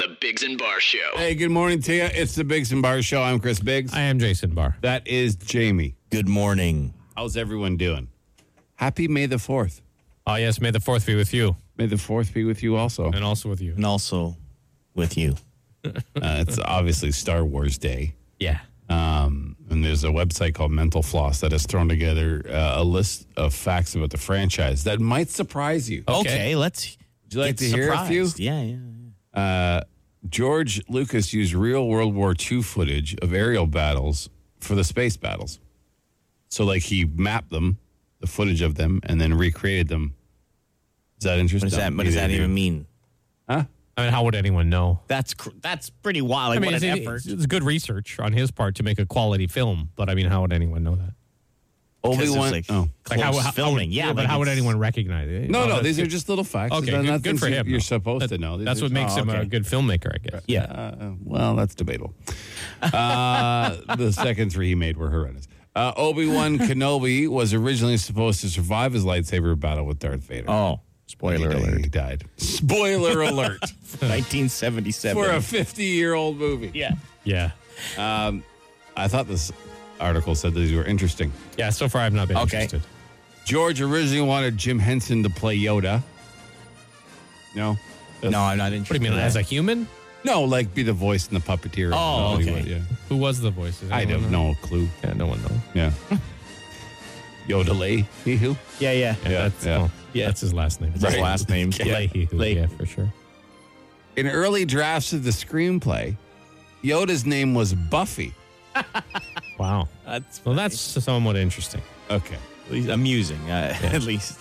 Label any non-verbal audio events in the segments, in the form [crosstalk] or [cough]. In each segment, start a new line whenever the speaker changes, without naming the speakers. The Biggs and Bar Show.
Hey, good morning to you. It's the Biggs and Bar Show. I'm Chris Biggs.
I am Jason Barr.
That is Jamie.
Good morning.
How's everyone doing? Happy May the 4th.
Oh, yes, may the fourth be with you
May the 4th be with you
[laughs]
also.
and also with you.
And also with you.
Uh, it's obviously Star Wars Day.
Yeah.
Um, and there's a website called Mental Floss that has thrown together uh, a list of facts about the franchise that might surprise you.
Okay, let's.
Would you like
get
to hear a few?
surprised. Yeah, yeah.
George Lucas used real World War II footage of aerial battles for the space battles. So, like, he mapped them, the footage of them, and then recreated them. Is that interesting?
What does that? What does that even mean?
I mean, how would anyone know?
That's cr- that's pretty wild. Like,
I mean,
what
it's,
an effort.
it's, it's good research on his part to make a quality film, but I mean, how would anyone know that?
Obi Wan.
Like,
oh.
close
how, how-
filming. yeah,
but
like
how would
it's-
anyone recognize it?
No,
You know,
no, these
that's-
are just little facts.
Okay,
They're
good,
not
good
things
for
you-
him.
You're
though.
supposed
That-
to know. These
That's
are-
what makes
oh,
him a
okay.
good filmmaker, I guess.
Yeah. Uh, well, that's debatable. Uh, [laughs] the second three he made were horrendous. Uh, Obi
[laughs]
Wan Kenobi was originally supposed to survive his lightsaber battle with Darth Vader.
Oh, spoiler
He- He
[laughs] alert.
died. Spoiler alert
1977.
for a 50 year old movie.
yeah.
Yeah.
I thought this article said these were interesting.
Yeah, so far I've not been
Okay.
interested.
George originally wanted Jim Henson to play Yoda. No.
No, I'm not interested.
What do you mean,
in
as
that.
a human?
No, like be the voice and the puppeteer.
Oh,
Hollywood,
okay.
Yeah.
Who was the voice? Does
I
anyone
have no clue.
Yeah, no one knows.
[laughs] Yeah. Yodelay. Hee hoo.
Yeah, yeah.
Yeah, that's,
yeah.
oh, that's his last name.
That's his last name.
Leahy.
Leahy.
Yeah, for sure.
In early drafts of the screenplay, Yoda's name was Buffy.
Wow.
That's
Well, that's somewhat interesting.
Okay.
amusing, uh, [laughs] at least.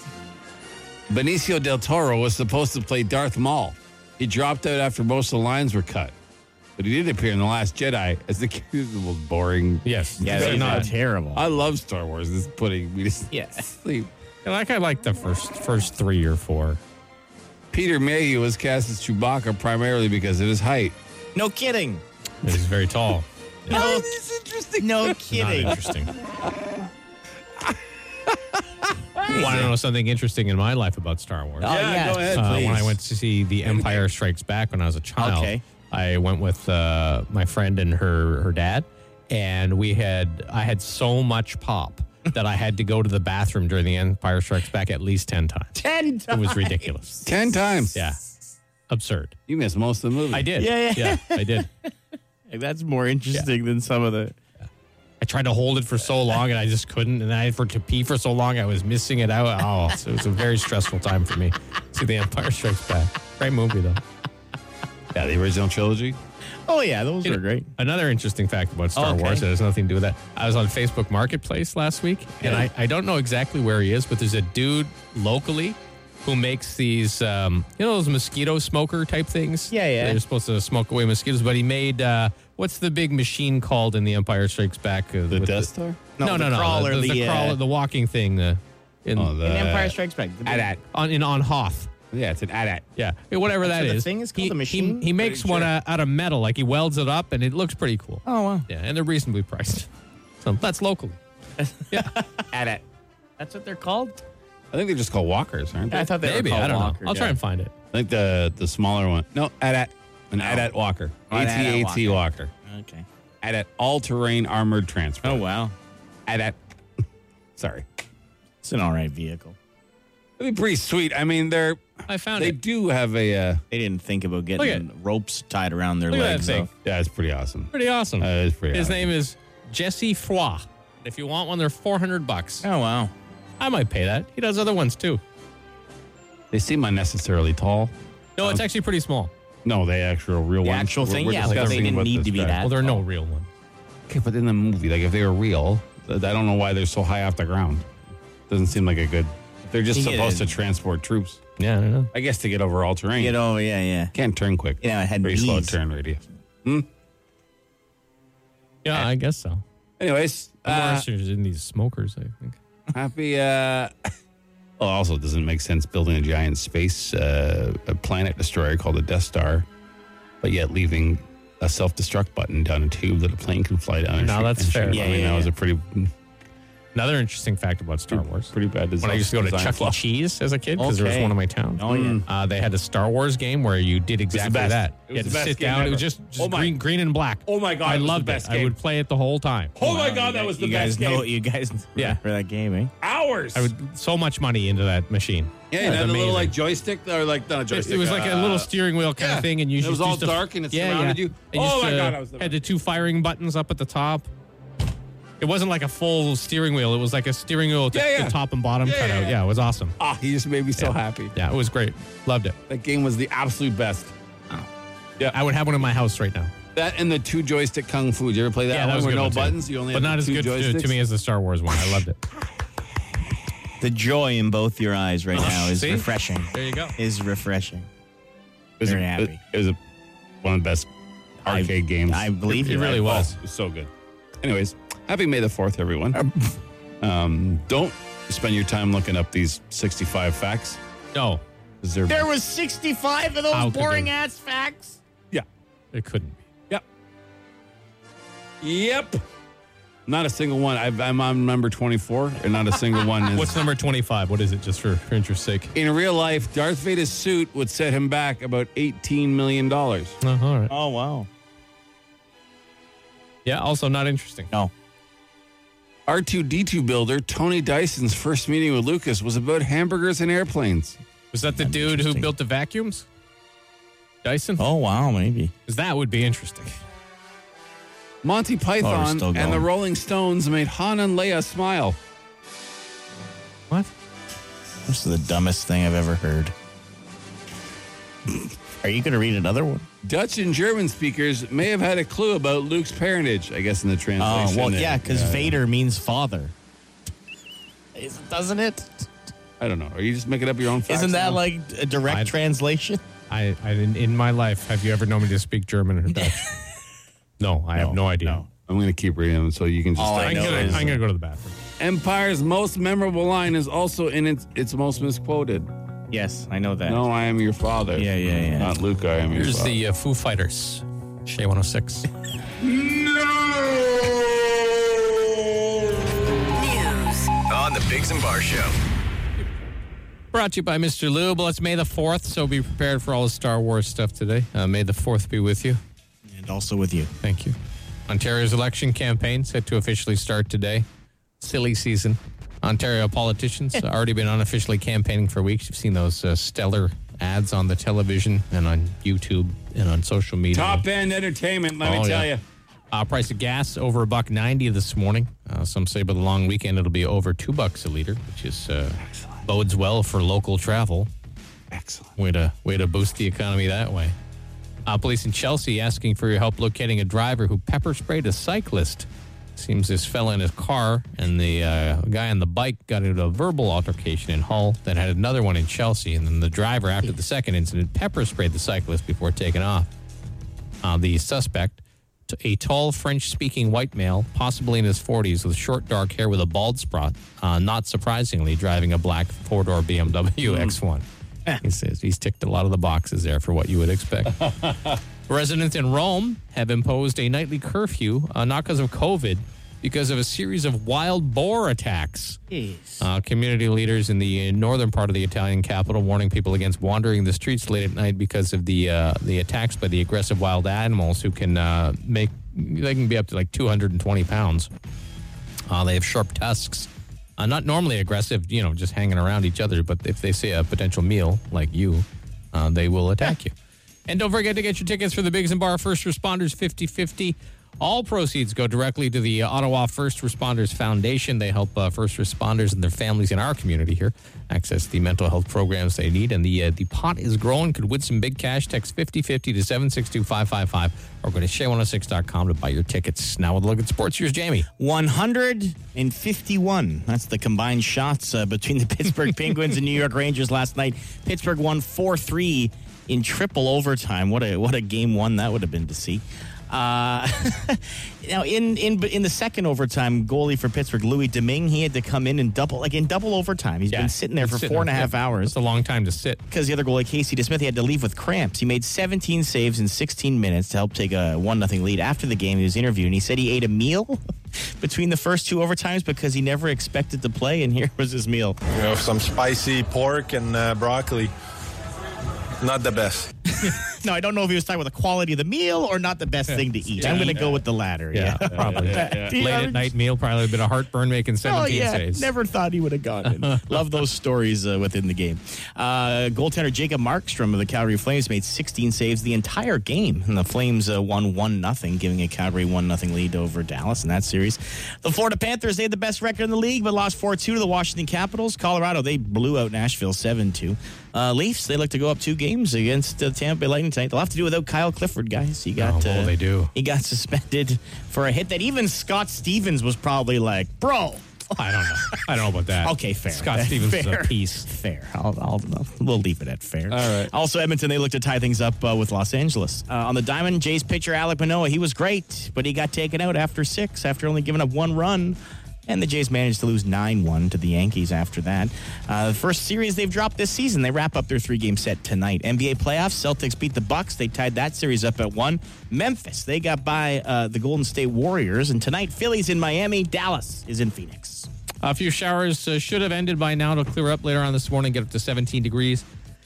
Benicio del Toro was supposed to play Darth Maul. He dropped out after most of the lines were cut. But he did appear in The Last Jedi as the [laughs] most boring.
Yes.
Yeah,
They're
that's
not-
terrible.
I love Star Wars. It's putting me to s-
Yeah.
sleep.
Yeah, Like I like the first first three or four.
Peter Mayhew was cast as Chewbacca primarily because of his height.
no kidding.
He's very
[laughs]
tall.
No,
Oh, This is interesting.
no
Not [laughs]
kidding. [laughs]
interesting. Want to know something interesting in my life about Star Wars?
Oh,
Yeah, go ahead,
Uh,
please.
when I went to see The Empire Strikes Back when I was a child,
Okay.
I went with uh, my friend and her her dad, and we had I had so much
[laughs]
pop that I had to go to the bathroom during The Empire Strikes Back at least ten times.
Ten
It
times.
was ridiculous.
Ten times.
Yeah, absurd.
You missed most of the movie.
I did.
Yeah, yeah.
yeah I did.
That's more interesting than some of the.
I tried to hold it for so long and I just couldn't. And I for to pee for so long, I was missing it out. Oh, so it was a very stressful time for me. See the Empire Strikes Back. Great movie though.
Yeah, the original trilogy.
Oh yeah, those
You
are
know,
great.
Another interesting fact about Star
Okay.
Wars that has nothing to do with that. I was on Facebook Marketplace last week, and I, I don't know exactly where he is, but there's a dude locally who makes these, um, you know, those mosquito smoker type things.
Yeah, yeah.
They're supposed to smoke away mosquitoes, but he made uh, what's the big machine called in The Empire Strikes Back? Uh,
The
with
Death Star.
No, no,
the
no, the-
crawler,
the,
the, uh,
crawler, the walking thing. Uh, in,
Oh, the
And Empire Strikes Back. The big-
Adat.
on in on Hoth.
Yeah, it's an Adat.
Yeah, Hey, whatever
That's
that is.
what the thing is called,
He-
the machine?
He, he makes
Pretty
one
sure.
uh, out of metal, like he welds it up, and it looks pretty cool.
Oh wow,
Yeah, and they're reasonably priced. So that's locally. Yeah,
Adat.
that's what they're called.
I think they're just called walkers, aren't they?
I thought they
maybe
were called
I don't
walkers,
know. I'll
yeah.
try and find it.
I think the the smaller one. No, Adat. An Adat walker.
Oh, an Adat
ATAT walker.
Okay.
Adat all terrain armored transport.
Oh wow,
Adat. [laughs] Sorry.
it's an all right vehicle.
That'd be pretty sweet. I mean, they're
I found
they
it.
do have a. Uh,
They didn't think about
at-
getting ropes tied around their
Look at that
legs.
thing.
though.
yeah, it's pretty awesome.
Pretty awesome.
Oh,
Uh, it's pretty.
His
awesome.
name is Jesse Froy. If you want one, they're four hundred bucks.
Oh wow.
I might pay that. He does other ones too.
They seem unnecessarily tall.
No,
Um,
it's actually pretty small.
No, they actual real
The
ones.
actual
We're-
thing,
we're
yeah, like they
discussing
didn't
what
need
this
to be
does.
that.
Well, they're no real one.
Okay, but in the movie, like if they were real, I don't know why they're so high off the ground. Doesn't seem like a good. They're just
Yeah.
supposed to transport troops.
Yeah, I don't know.
I guess to get over all terrain.
You know, yeah, yeah.
Can't turn quick.
You know, it had
Very slow
bees.
turn radius.
Yeah, I guess so.
Anyways,
I'm more
uh,
interested in these smokers, I think.
happy. Uh, [laughs] well, also, it doesn't make sense building a giant space uh, a planet destroyer called the Death Star, but yet leaving a self destruct button down a tube that a plane can fly down. and
No,
shoot-
that's
and shoot.
fair.
I
Yeah,
mean,
yeah,
that was
yeah.
a pretty.
Another interesting fact about Star Wars.
Pretty bad design.
when I used to go to
design
Chuck E.
flaw.
Cheese as a kid because there was
Okay.
one in my town.
Oh, yeah.
Uh, they had a Star Wars game where you did
the
exactly
best.
that.
It
You
was
had
the
to
best
sit
game
down. It
ever.
was just, just
Oh my-
green, green and black.
Oh my God,
I
it was the
loved
best
it. I
game.
would play it the whole time.
Oh my
Wow,
God,
you
that
guys-
was the
you
best
guys
game.
Know, you [laughs] guys
Yeah.
yeah. for that game, eh?
Hours.
I would so much money into that machine.
yeah,
It
and
was
had a
amazing.
little like joystick or like not a
It,
joystick.
it was like a
uh,
little steering wheel kind
yeah.
of thing, and you
It
just
was all
used to-
dark and it surrounded you.
And
Oh
used
my
to-
God, that was the
had the two firing buttons up at the top. It wasn't like a full steering wheel. It was like a steering wheel with the-
Yeah,
the,
yeah.
top and bottom
Yeah,
cutout.
yeah,
Yeah,
yeah.
it was awesome.
Ah, he just made me so happy.
Yeah, it was great. Loved it.
That game was the absolute best.
I would have one in my house right now.
That and the two joystick kung fu. Did you ever play that
yeah,
one
that was a
where
good
no
one, too.
buttons? You only
but
had
not
the
as
two
good to,
joysticks?
to me as the Star Wars one. I loved it. [laughs]
The joy in both your eyes [laughs] right now is
See?
refreshing.
There you go.
Is refreshing.
It was,
Very
a-
happy.
It was a, one of the best arcade
I,
games.
I believe
It
you.
really
I-
was.
It was so good. Anyways, happy May the 4th, everyone.
Uh, [laughs]
Um, don't spend your time looking up these 65 facts.
No,
'cause they're-
There was 65 of those
How could
boring
there-
ass facts.
yeah.
it couldn't be.
Yep. Yep. Not a single one. I've, I'm on number 24, and not a single one
[laughs]
is.
What's number 25? What is it, just for, for interest sake?
in real life, Darth Vader's suit would set him back about $18 million.
Oh, all right.
Oh, wow.
Yeah, also not interesting.
No.
R2D2 builder Tony Dyson's first meeting with Lucas was about hamburgers and airplanes.
Was that the dude who
interesting.
built the vacuums? Dyson?
Oh, wow, maybe.
'Cause that would be interesting.
Monty Python
Oh, still
and the
going.
Rolling Stones made Han and Leia smile.
What?
This is the dumbest thing I've ever heard. Are you going to read another one?
Dutch and German speakers may have had a clue about Luke's parentage, I guess, in the
Oh,
translation.
well,
there.
yeah, because Vader means father. Is- Doesn't it?
I don't know. Are you just making up your own facts?
Isn't that
now?
like a direct
I-
translation?
I, I in, in my life, have you ever known me to speak German or [laughs] Dutch? no, I have no idea.
no.
I'm going to keep reading them so you can just.
All I
I'm
know
gonna,
is-
I'm gonna go to the bathroom.
Empire's most memorable line is also in its, its most misquoted.
Yes, I know that.
No, I am your father.
Yeah, yeah, yeah.
Not Luke, I am your
Here's
father.
the uh, Foo Fighters, oh Shay 106.
News.
On the Biggs and Bar Show.
Brought to you by Mr. Lube. Well, it's May the 4th, so be prepared for all the Star Wars stuff today. Uh, May the 4th be with you.
And also with you.
Thank you. Ontario's election campaign set to officially start today. Silly season. Ontario politicians already been unofficially campaigning for weeks. You've seen those uh, stellar ads on the television and on YouTube and on social media.
Top end entertainment, let
Oh,
me tell
yeah.
you.
Uh, price of gas over a buck ninety this morning. Uh, some say by the long weekend it'll be over two bucks a liter, which is uh, bodes well for local travel.
Excellent.
Way to way to boost the economy that way. Uh, police in Chelsea asking for your help locating a driver who pepper sprayed a cyclist. Seems this fell in his car, and the uh, guy on the bike got into a verbal altercation in Hull, then had another one in Chelsea, and then the driver, after the second incident, pepper sprayed the cyclist before taking off. Uh, the suspect, t- a tall French speaking white male, possibly in his 40s, with short dark hair with a bald spot, uh, not surprisingly, driving a black four door BMW X1. he says he's ticked a lot of the boxes there for what you would expect. Residents in Rome have imposed a nightly curfew, uh, not because of COVID, because of a series of wild boar attacks. Uh, community leaders in the northern part of the Italian capital warning people against wandering the streets late at night because of the uh, the attacks by the aggressive wild animals who can uh, make they can be up to like 220 pounds. Uh, they have sharp tusks. Uh, not normally aggressive, you know, just hanging around each other, but if they see a potential meal like you, uh, they will attack you. And don't forget to get your tickets for the Biggs and Bar First Responders 50 50. All proceeds go directly to the Ottawa First Responders Foundation. They help uh, first responders and their families in our community here access the mental health programs they need. And the uh, the pot is growing. Could win some big cash. Text 5050 to 762555 or go to shay106.com to buy your tickets. Now with a look at sports. Here's Jamie.
151. That's the combined shots uh, between the [laughs] Pittsburgh Penguins and New York Rangers last night. Pittsburgh won 4 3 in triple overtime. What a what a game one that would have been to see. Uh, [laughs] now in in in the second overtime, goalie for Pittsburgh Louis Domingue he had to come in and double like in double overtime. He's been sitting there for
Sitting
four and a
there.
half
Yeah.
hours
It's a long time to sit.
because the other goalie Casey DeSmith he had to leave with cramps. He made 17 saves in 16 minutes to help take a one nothing lead. After the game, he was interviewed and he said he ate a meal [laughs] between the first two overtimes because he never expected to play, and here was his meal. [laughs]
You know, some spicy pork and uh, broccoli. Not the best.
Now, I don't know if he was talking about the quality of the meal or not the best thing to eat. I'm going to go with the latter.
Yeah, probably.
[laughs]
Late
Yeah.
at night meal, probably a bit of heartburn making 17
Oh, yeah.
saves.
Never thought he would have gone in. [laughs] Love those stories uh, within the game. Uh, goaltender Jacob Markstrom of the Calgary Flames made 16 saves the entire game, and the Flames uh, won 1 nothing, giving a Calgary 1 nothing lead over Dallas in that series. The Florida Panthers, they had the best record in the league, but lost 4 2 to the Washington Capitals. Colorado, they blew out Nashville 7 2. Uh, Leafs, they look to go up two games against uh, Tampa Bay Lightning tonight. They'll have to do without Kyle Clifford, guys. He got
Oh, well, they do.
He got suspended for a hit that even Scott Stevens was probably like, "Bro,
I don't know. I don't know about that.
Okay, fair.
Scott
[laughs]
Stevens
fair.
is a piece.
Fair. I'll, I'll, we'll leave it at fair.
All right.
Also, Edmonton, they look to tie things up uh, with Los Angeles. Uh, on the diamond, Jay's pitcher, Alec Manoa, he was great, but he got taken out after six after only giving up one run. And the Jays managed to lose 9 1 to the Yankees after that. Uh, the first series they've dropped this season. They wrap up their three game set tonight. NBA playoffs, Celtics beat the Bucks. They tied that series up at one. Memphis, they got by uh, the Golden State Warriors. And tonight, Philly's in Miami. Dallas is in Phoenix.
A few showers uh, should have ended by now. It'll clear up later on this morning, get up to 17 degrees.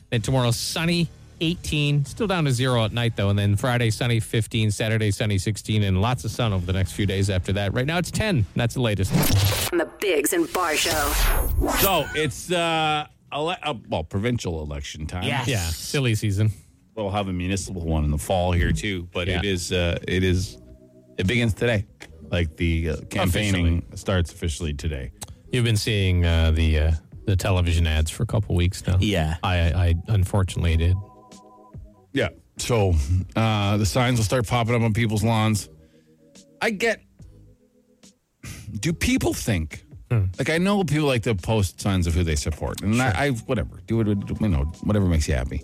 Then tomorrow, sunny, 18. Still down to zero at night, though. And then Friday, sunny, 15. Saturday, sunny, 16. And lots of sun over the next few days after that. Right now, it's 10. That's the latest.
on the Bigs and Bar Show.
So it's uh, ele- uh, well provincial election time.
Yes.
Yeah, silly season.
we'll have a municipal one in the fall here too. But it
Yeah.
is uh, it is it begins today. Like the uh, campaigning starts officially today.
You've been seeing uh, the uh, the television ads for a couple weeks now.
Yeah.
I, I unfortunately did.
Yeah. So uh, the signs will start popping up on people's lawns. I get. Do people think?
Hmm.
Like I know people like to post signs of who they support, and I, I whatever do it. You know, whatever makes you happy.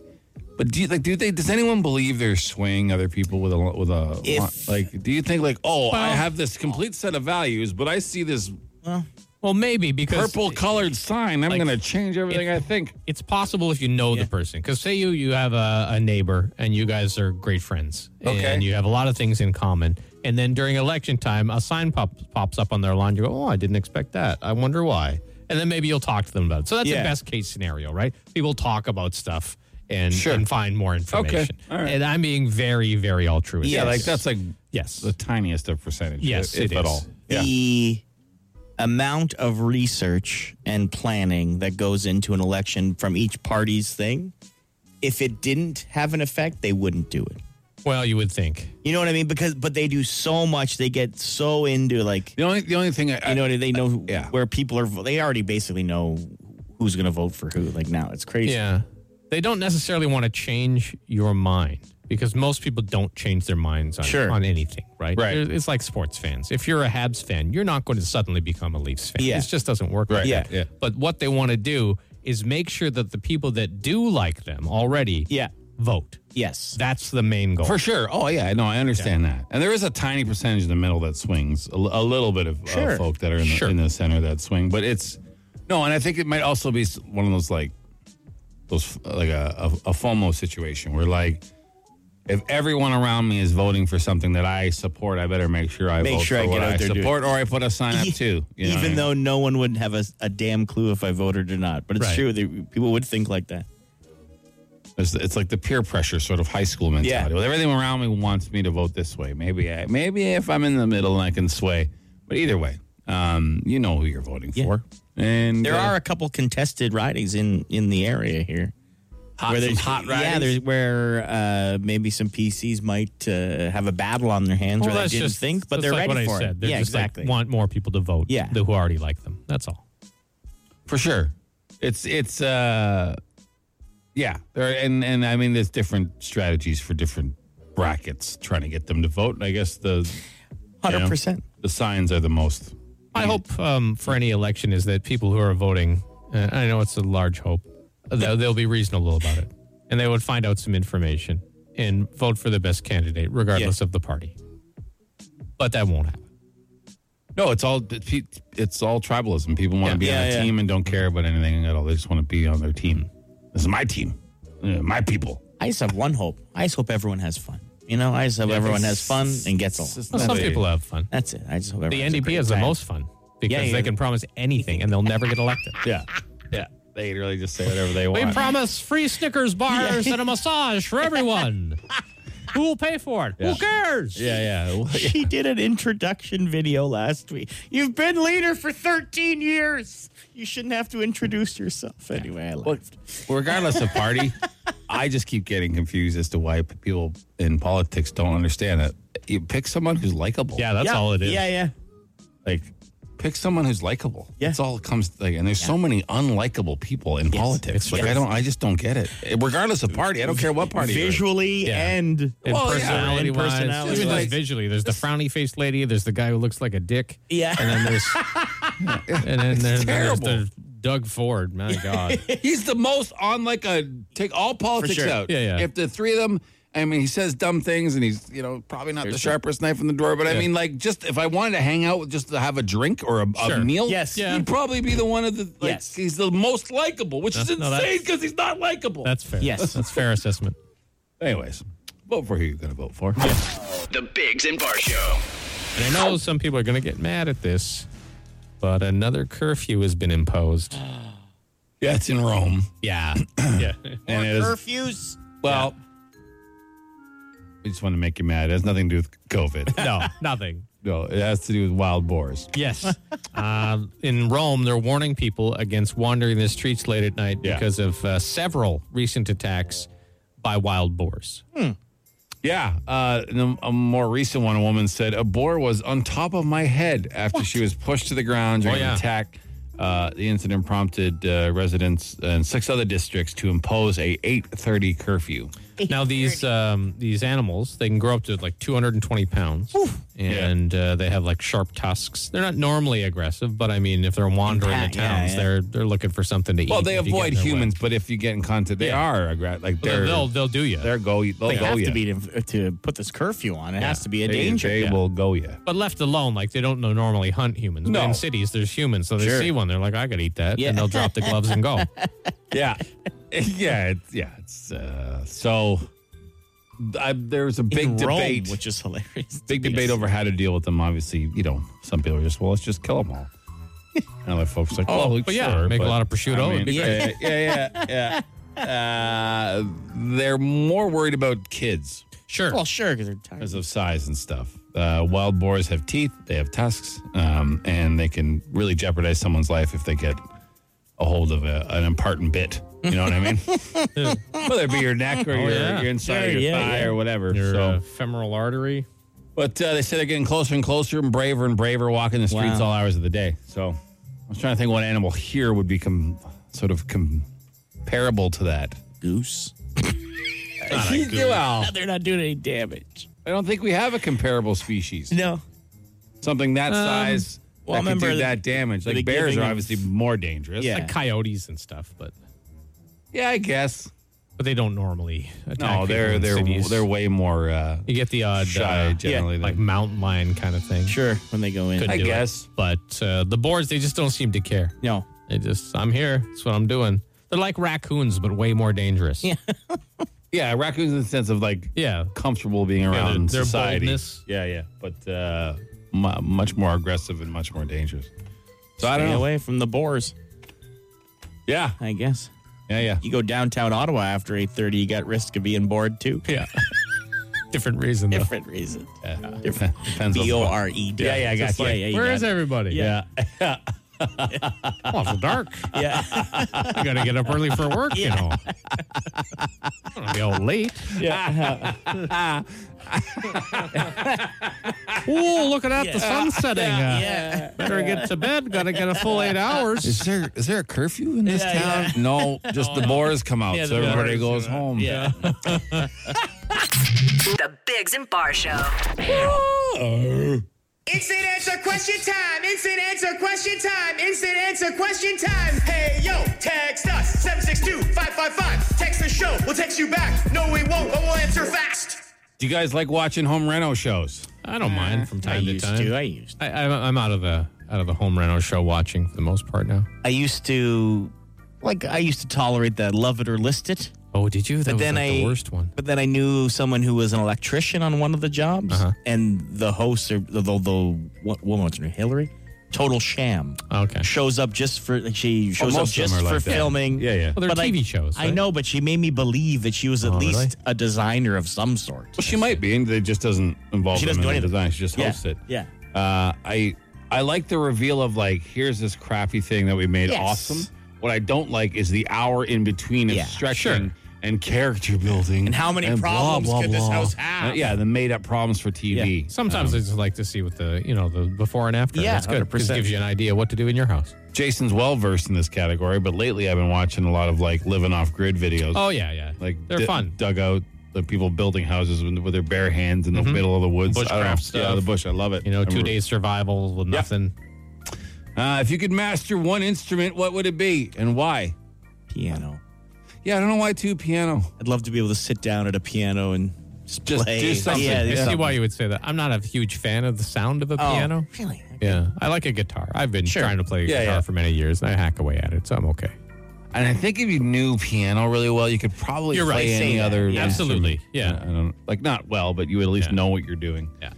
But do you, like do they? Does anyone believe they're swaying other people with a with a
If-
like? Do you think like oh I
Well-
have this complete set of values, but I see this
Well, maybe because
purple colored sign, I'm
like,
going to change everything I think.
it's possible if you know the person. Because say you you have a, a neighbor and you guys are great friends,
Okay.
and you have a lot of things in common. And then during election time, a sign pop, pops up on their lawn. You go, oh, I didn't expect that. I wonder why. And then maybe you'll talk to them about it. So that's
Yeah.
the best case scenario, right? People talk about stuff and,
Sure.
and find more information.
All right.
And I'm being very, very altruistic.
Yeah, like that's like
Yes.
the tiniest of percentage.
Yes,
if
it
at
is.
all. Yeah.
the amount of research and planning that goes into an election from each party's thing, if it didn't have an effect, they wouldn't do it.
Well, you would think.
You know what I mean? Because but they do so much, they get so into like
The only the only thing I,
you know they know who-
Uh, yeah.
where people are. They already basically know who's going to vote for who. Like now, it's crazy.
Yeah. They don't necessarily want to change your mind because most people don't change their minds on,
Sure.
on anything, right?
Right.
They're- It's like sports fans. If you're a Habs fan, you're not going to suddenly become a Leafs fan.
Yeah.
It just doesn't work. Right.
Yeah.
yeah.
But what they want to do is make sure that the people that do like them already
Yeah.
vote.
Yes.
That's the main goal.
for sure. Oh yeah, no, I understand that. And there is a tiny percentage in the middle that swings, a, a little bit of uh,
Sure.
folk that are in,
Sure.
the, in the center that swing, but it's no. And I think it might also be s- one of those like those like a, a, a FOMO situation where like. If everyone around me is voting for something that I support, I better make sure I
Make
vote
sure
for
I
what
get out
I
there, dude.
support, or I put a sign up
E-
too. you know what I
Even
mean?
though no one would have a, a damn clue if I voted or not, but it's
Right.
true. They, people would think like that.
It's, it's like the peer pressure sort of high school mentality.
Yeah.
Well, everything around me wants me to vote this way. Maybe I, maybe if I'm in the middle and I can sway. But either way, um, you know who you're voting for. And
There
uh,
are a couple contested ridings in in the area here.
hot,
where
some
there's
hot riders.
yeah, there's where uh, maybe some PCs might uh, have a battle on their hands,
Well,
where they
that's
didn't
just
think, but
that's
they're
like what
ready for
I said.
it.
They
Yeah,
just
exactly.
like, want more people to vote
Yeah.
who already like them. That's all.
for sure. It's it's uh, yeah. There are, and and I mean, there's different strategies for different brackets trying to get them to vote. And I guess the
Hundred percent.
the signs are the most.
My hope um, for any election is that people who are voting, uh, I know it's a large hope, they'll, they'll be reasonable about it and they would find out some information and vote for the best candidate, regardless of the party. But that won't happen.
No, it's all it's all tribalism. People want
Yeah.
to be on
Yeah,
a
yeah.
team and don't care about anything at all. They just want to be on their team. This is my team, Uh, my people.
I just have one hope. I just hope everyone has fun. You know, I just hope
Yeah,
everyone has
it's-
fun and gets
it's
along.
just
Well,
not
some
a-
people have fun.
That's it. I just hope everyone
The
has a
NDP
great
has the
time.
most fun because
Yeah, yeah.
they can promise anything and they'll never get
[laughs]
elected. [laughs]
Yeah. Yeah. They can really just say whatever [laughs] they
We
want.
promise free
[laughs]
Snickers bars and a massage for everyone. Who will pay for it? Who cares?
yeah, yeah. Well,
She did an introduction video last week. You've been leader for 13 years. You shouldn't have to introduce yourself. Anyway, I laughed.
regardless of party, I just keep getting confused as to why people in politics don't understand it. You pick someone who's likable.
Yeah, that's
Yeah.
all it is.
Yeah, yeah.
Like, pick someone who's likable.
Yeah.
That's all it comes like and there's so many unlikable people in politics. Like I don't I just don't get it. Regardless of party, I don't care what party. you're in.
Visually
Yeah.
and
And
Well, yeah,
personality
and
wise,
personality
even
wise.
just visually, there's the frowny faced lady, there's the guy who looks like a dick,
yeah.
and
[laughs]
then there's and then, then there's
terrible.
the Doug Ford. My God,
He's the most on like a take all politics
sure.
out.
Yeah, yeah.
If the three of them, I mean, he says dumb things, and he's you know probably not the sharpest knife in the drawer. But I mean, like, just if I wanted to hang out with just to have a drink or a, a
Sure.
meal,
Yes.
Yeah.
he'd probably be the one of the like.
Yes.
He's the most likable, which is
No, no,
insane
that's-
because he's not likable.
that's fair.
Yes.
that's fair assessment.
Anyways, vote for who you're going to vote for.
The Bigs and Bar Show.
And I know some people are going to get mad at this, but another curfew has been imposed.
Yeah, it's in Rome,
Yeah, yeah.
and it is
Curfews.
well. We just want to make you mad. It has nothing to do with [laughs] COVID.
No, nothing.
no, it has to do with wild boars.
Yes. um, in Rome, they're warning people against wandering the streets late at night
Yeah.
because of uh, several recent attacks by wild boars.
Yeah, uh, and a- a more recent one, a woman said a boar was on top of my head after she was pushed to the ground during
Oh, yeah.
an attack. Uh, the incident prompted uh, residents in six other districts to impose a 8:30 curfew.
[laughs] Now these um, these animals they can grow up to like 220 pounds, and uh, they have like sharp tusks. They're not normally aggressive, but I mean, if they're wandering
Yeah,
the towns,
yeah.
they're they're looking for something to eat.
Well, they
if you get
avoid
in their way.
humans, but if you get in contact, they are aggra- like
Well,
they're
they'll they'll do you.
they'll go they'll
They
go
have
ya.
to be to, to put this curfew on. It has to be a
They-
danger.
They
Yeah.
will go you.
But left alone, like they don't no- normally hunt humans. But
No.
in cities, there's humans, so they
Sure.
see one, they're like, "I could eat that,"
Yeah.
and they'll drop the gloves and
[laughs]
go.
yeah, yeah, it's, yeah. It's uh, so I, there's a big
In Rome,
debate.
which is hilarious.
big debate over how to deal with them. Obviously, you know, some people are just, well, let's just kill them all. [laughs] And other folks are like, oh, well,
but yeah,
sure,
make a
but,
lot of prosciutto and be
yeah, yeah, yeah, yeah. Uh, they're more worried about kids
Sure.
Well, sure, because they're tired.
because of size and stuff. Uh, wild boars have teeth, they have tusks, um, and they can really jeopardize someone's life if they get a hold of a, an important bit. You know what I
[laughs]
mean? Whether it be your neck or your,
Oh, yeah.
your inside
Sure,
or your
yeah,
thigh
yeah.
or whatever.
Your
so.
uh, femoral artery.
But uh, they say they're getting closer and closer and braver and braver, walking the streets
Wow.
all hours of the day. So I was trying to think what animal here would become sort of comparable to that.
Goose.
well,
They're not doing any damage.
I don't think we have a comparable species.
No.
Something that size
Um,
that
well, I
could do
remember the-
that damage.
the
Like bears
beginning
are
of-
obviously more dangerous.
Yeah.
Like coyotes and stuff, but
yeah, I guess.
but they don't normally attack.
No,
people
they're
in
they're
cities.
they're way more. Uh,
you get the odd
Shy,
uh,
generally,
like
they-
mountain lion kind of thing.
Sure, when they go in.
Could
I
do it.
guess.
but uh, the boars they just don't seem to care.
no.
They just I'm here. That's what I'm doing. They're like raccoons, but way more dangerous. Yeah,
yeah, raccoons in the sense of like
yeah.
comfortable being around
their-
in
their
society.
boldness.
Yeah, yeah, but uh, mu much more aggressive and much more dangerous. So I don't
Stay
know.
away from the boars,
Yeah,
I guess.
yeah, yeah.
You go downtown Ottawa after 8.30, you got risk of being bored too.
[laughs] Yeah. Different reason. Though.
Different reason.
[laughs] Depends on the-
B-O-R-E-D.
Yeah, yeah, I got
E, Just
you.
like- yeah, you
Where
got
is
it.
everybody?
Yeah,
Oh, it's dark.
[laughs] Yeah.
I gotta get up early for work. You know, I'm gonna be all late. [laughs] Ooh, looking at the sun setting. uh,
[laughs] yeah.
Better get to bed. Gotta get a full eight hours.
Is there is there a curfew in this
Yeah,
town? No, just the boars come out,
Yeah,
so
the
everybody
boars
goes home.
Yeah.
The Bigs and Bar Show.
Instant answer question time. Instant answer question time. Instant answer question time. Hey yo, text us 762-555. Text the show. We'll text you back. No, we won't, but we'll answer fast.
Do you guys like watching home reno shows?
I don't mind from time
I
to
used
time.
to. I used
I, I'm, I'm out of the out of the home reno show watching for the most part now.
I used to, like, I used to tolerate the love it or list it.
Oh, did you? That
But
was
then
like
I
the worst one.
But then I knew someone who was an electrician on one of the jobs,
Uh-huh.
and the host or the the, the what woman what's her name Hillary, total sham.
Okay.
shows up just for she shows up
Oh, most of them
just
are
for
like that.
filming.
Yeah, yeah.
Well, they're
But I-
TV shows,
I
right?
know, but she made me believe that she was at
Oh,
least
really?
a designer of some sort.
Well, she might be, and it just doesn't involve
She
them
doesn't
in
do
the design.
anything.
She just
Yeah,
hosts it.
yeah.
Uh, I I like the reveal of like, here's this crappy thing that we made
Yes.
awesome. What I don't like is the hour in between of
Yeah,
stretching and character building.
And how many
blah,
problems
blah,
could this
blah.
house have?
Uh, yeah, the made up problems for TV.
Sometimes I just like to see what the you know the before and after.
Yeah,
that's good 'cause it
100%.
gives you an idea what to do in your house.
Jason's well versed in this category, but lately I've been watching a lot of like living off grid videos.
Oh yeah, yeah.
like
they're
di-
fun.
dugout. The people building houses with, with their bare hands in the
Mm-hmm.
middle of the woods. I don't know.
Bushcraft
Yeah,
stuff.
the bush. I love it.
You know,
I
two
remember-
days survival with
Yeah.
nothing.
Uh, if you could master one instrument, what would it be and why?
Piano.
Yeah, I don't know why two piano.
I'd love to be able to sit down at a piano and just,
Just
play.
do something.
Yeah,
I
yeah.
see why you would say that. I'm not a huge fan of the sound of a
Oh,
piano.
Really?
Yeah, I like a guitar. I've been trying to play
Yeah,
guitar
yeah.
for many years, and I hack away at it, so I'm okay.
And I think if you knew piano really well, you could probably
You're right,
play
say
any
that.
other.
Yeah. Absolutely, yeah.
I don't like not well, but you would at least
Yeah.
know what you're doing.
Yeah.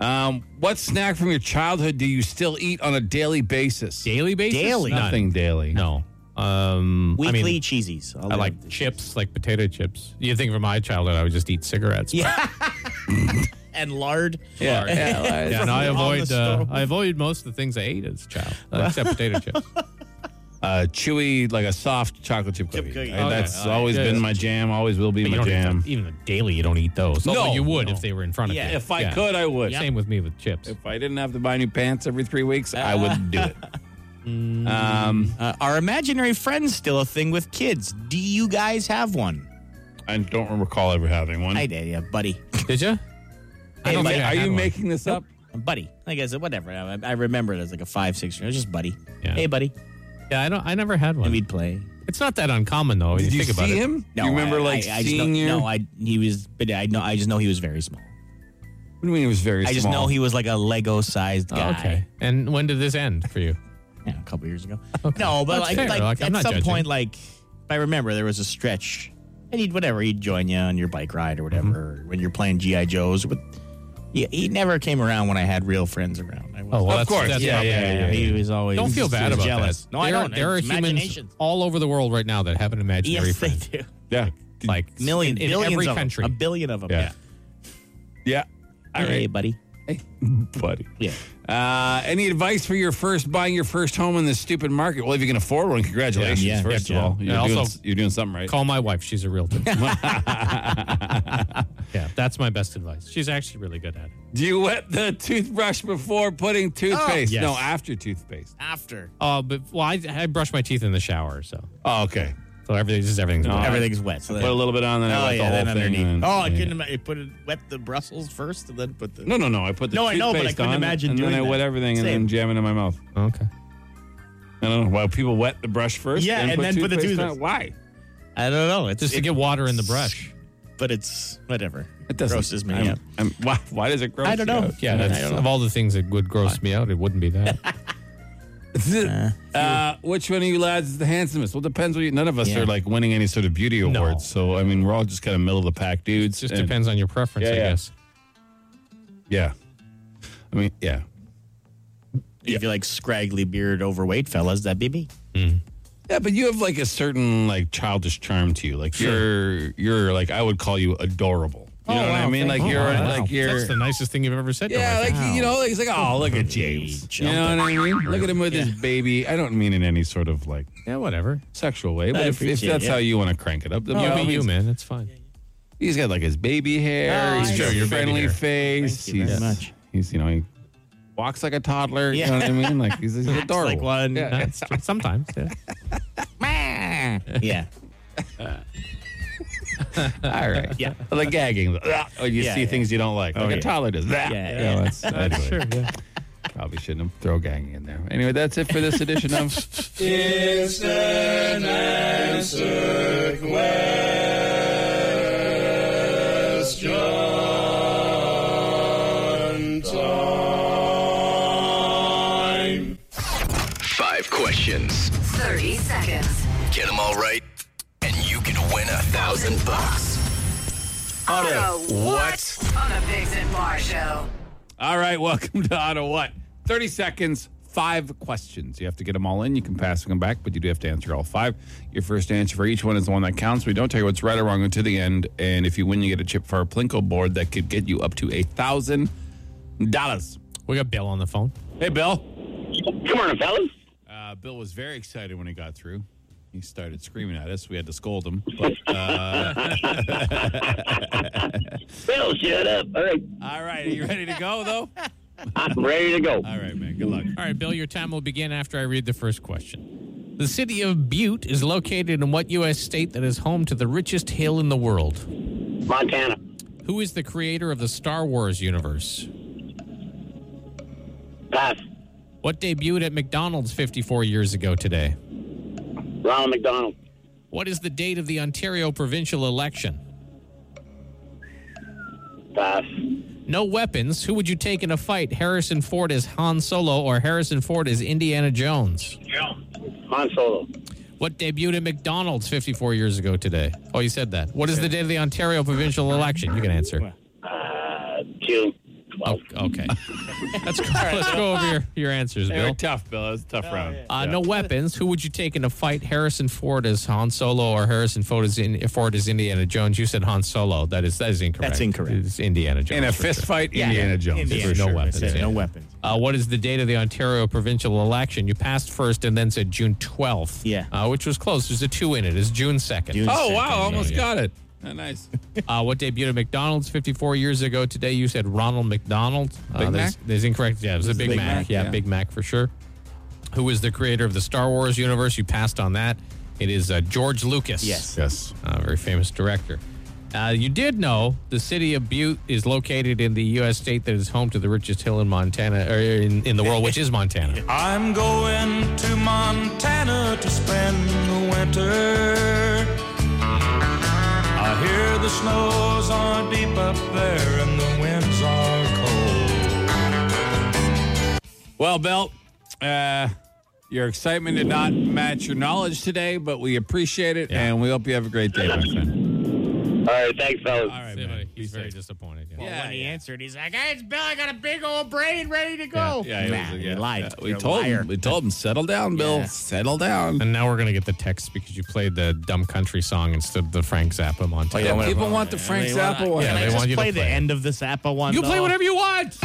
Um, what snack from your childhood do you still eat on a daily basis?
Daily basis,
Daily?
None.
Nothing daily.
No. Um,
Weekly
I mean,
cheesies. I'll
I
do
like
it.
chips, like potato chips. You think from my childhood, I would just eat cigarettes. but-
and lard.
Yeah. [laughs] yeah,
Yeah, and I
On the
avoid uh,
stove.
I avoid most of the things I ate as
[laughs]
a child, uh, except potato chips.
[laughs] uh, chewy, like a soft chocolate chip cookie.
cookie.
I-
Okay.
That's
All right.
always
Oh, Yeah,
been
yeah.
my jam. Always will be
But
my
you don't
jam.
Eat them, even daily, you don't eat those. Although
No,
you would
no.
if they were in front of
Yeah,
you.
If I
Yeah.
could, I would.
Same with me with chips.
If I didn't have to buy new pants every three weeks,
Ah.
I would do it. Um,
Uh, are imaginary friends still a thing with kids? Do you guys have one?
I don't recall ever having one.
I did, yeah, buddy.
Did you? [laughs] I
Hey,
don't
Ma-
think I
are
had
you
one.
making this up?
Uh, buddy. Like I said, whatever. I, I remember it as like a five, six year old. Just buddy.
Yeah.
Hey, buddy.
Yeah, I don't. I never had one.
And we'd play.
it's not that uncommon though. when
Did
you,
you,
think about
see
it.
him? Do you remember
I-
like
I, I just know,
seeing you?
No, I he was, but I know I just know he was very small.
what do you mean he was very
I just
small?
know he was like a Lego sized
Oh,
guy.
okay. And when did this end
[laughs]
for you?
Yeah, a couple
[laughs]
years ago. No, but
That's
like,
fair.
like,
Like, I'm
at
not
some
judging.
point, like if I remember, there was a stretch, and he'd whatever he'd join you on your bike ride or whatever
Mm-hmm.
or when you're playing GI Joes. But he, he never came around when I had real friends around. I was,
Oh, well,
Of
that's,
course.
That's
Yeah,
probably-
yeah, yeah, yeah.
he was always
Don't feel
he
bad
was
about
jealous.
that.
No, I
There are-
don't.
There are
It's
humans
imaginations.
all over the world right now that have an imaginary
Yes, they
friend.
do.
Yeah.
Like
Million,
in, in
billions
every
of 'em.
country.
a billion of them.
Yeah. Yeah. All
Hey,
right,
buddy.
buddy.
Yeah.
Uh, any advice for your first buying your first home in this stupid market? Well, if you can afford one, congratulations.
Yeah, yeah,
first
yeah.
of all,
And
you're, doing,
also-
you're doing something right.
Call my wife. She's a
[laughs]
realtor. yeah, that's my best advice. She's actually really good at it.
Do you wet the toothbrush before putting toothpaste?
Oh,
yes.
No, after toothpaste.
After
Oh, but well, I, I brush my teeth in the shower, so
Oh, okay.
so everything just everything's wet.
everything's wet. So
Put a little bit on, then I
Oh
wet
yeah,
the whole
then
thing.
underneath.
and-
oh, I
yeah.
couldn't imagine. You put it wet the Brussels first, and then put the.
No, no, no. I put the
No, I
toothpaste
know, but I couldn't
on,
imagine
and
doing
then I wet
that.
everything and
Same.
then jam it in my mouth.
Okay.
I don't know. Why people wet the brush first?
Yeah, and then put the
toothpaste on it?
toothpaste.
Why?
I don't know. It's
Just
just,
to get water in the brush.
but it's whatever.
It doesn't.
grosses me
I'm-
out.
I'm- why, why does it gross?
I don't
you
[laughs]
know.
out?
Yeah,
I
that's,
don't know.
of all the things that would gross me out, it wouldn't be that.
Uh, which one of you lads is the handsomest? Well, depends. What you, none of us
Yeah.
are like winning any sort of beauty awards, so I mean, we're all just kind of middle of the pack dudes.
Just
and-
depends on your preference,
Yeah,
I
yeah.
guess.
Yeah. I mean, yeah.
If you like scraggly beard, overweight fellas, that'd be me.
Yeah, but you have like a certain like childish charm to you. Like you're you're like I would call you adorable. You know what I mean? Like you're like you're
Oh, That's the nicest thing you've ever said.
Yeah,
to
like you know, like it's like, oh, look at
Hey,
James. You
jump
know what I mean? Look at him with his baby. I don't mean in any sort of like
yeah, whatever.
sexual way, but if, if
appreciate it,
that's
yeah.
how you want to crank it up, then
You
by all
be you,
means.
man. It's [laughs] fine.
He's got like his baby hair.
Oh,
he's
I
got
see.
a
Your baby
friendly
hair.
face.
Thank you
he's
very much.
he's you know he walks like a toddler. You know what I mean? Like he's,
[laughs]
he's adorable.
like one.
Yeah.
That's true. Sometimes. [laughs] Yeah.
[laughs] Yeah.
All right.
Yeah.
Well, the gagging. Oh, you
[laughs] Yeah,
see
yeah.
things you don't like. like
yeah.
a toddler does that.
Yeah,
You
yeah.
know,
[laughs]
it's- anyway,
Sure. Yeah.
Probably shouldn't throw gagging in there. Anyway, that's it for this edition
[laughs]
of.
Five questions.
30 seconds.
Get them all right, and you can win a What?
On the Bigs and Bar Show.
All right, welcome to Auto What. 30 seconds, five questions. You have to get them all in. You can pass them back, but you do have to answer all five. Your first answer for each one is the one that counts. We don't tell you what's right or wrong until the end. And if you win, you get a chip for our Plinko board that could get you up to a thousand dollars.
We got Bill on the phone.
Hey, Bill.
Come on, fellas.
Uh, Bill was very excited when he got through. He started screaming at us. We had to scold him. But, uh,
Bill, shut up. All right,
all right, are you ready to go though?
I'm ready to go.
All right, man. Good luck.
All right, Bill, your time will begin after I read the first question. The city of Butte is located in what U.S. state that is home to the richest hill in the world?
Montana.
Who is the creator of the Star Wars universe?
Pass.
What debuted at McDonald's 54 years ago today?
Ronald McDonald.
What is the date of the Ontario provincial election?
Pass.
No weapons. Who would you take in a fight? Harrison Ford as Han Solo or Harrison Ford as Indiana Jones?
Han Solo.
What debuted at McDonald's 54 years ago today? Oh, you said that. What is the date of the Ontario provincial election? You can answer.
June.
Oh, okay. Let's go, let's go over your, your answers,
They were
Bill.
tough, Bill. That was a tough round.
Uh, No weapons. Who would you take in a fight? Harrison Ford as Han Solo or Harrison Ford as, in, Ford as Indiana Jones? You said Han Solo. That is that is incorrect.
That's incorrect.
It's Indiana Jones.
In a
for
fist
sure.
fight, Indiana Jones.
Indiana,
for
no
sure.
I
weapons,
said
yeah.
No weapons.
Uh, what is the date of the Ontario provincial election? You passed first and then said June 12th.
Yeah.
Uh, which was close. There's a two in it. It's June 2nd.
June
Oh wow!
second.
Almost
yeah.
got it. Ah, nice.
Uh, what debuted at McDonald's 54 years ago today? You said Ronald McDonald. Uh,
Big
there's-
Mac?
There's incorrect. Yeah, it was a Big,
Big
Mac.
Mac,
yeah,
yeah.
Big Mac for sure. Who is the creator of the Star Wars universe? You passed on that. It is uh, George Lucas.
Yes.
yes.
uh, very famous director. Uh, you did know the city of Butte is located in the U.S. state that is home to the richest hill in Montana, or in, in the world, which is Montana.
I'm going to Montana to spend the winter. I hear the snows are deep up there and the winds are cold.
Well, Bill, uh, your excitement did not match your knowledge today, but we appreciate it, and we hope you have a great day, my friend.
All right, thanks, fellas.
All right,
Yeah,
man.
He's very disappointed. yeah.
Yeah,
when he
yeah.
answered, he's like, hey, it's Bill. I got a big old brain ready to go.
Yeah, he
Nah,
was-
he
yeah,
lied.
yeah. We
You're a
told
liar.
him. We told him, settle down, Bill.
Yeah.
Settle down.
And now we're going to get the text because you played the dumb country song instead of the Frank Zappa Montana.
Oh, Yeah, people want the Frank
They wanna-
Zappa one.
Can
Yeah,
I
they
just
want you to
play the
play it.
end of the Zappa one?
You can play
though?
whatever you want.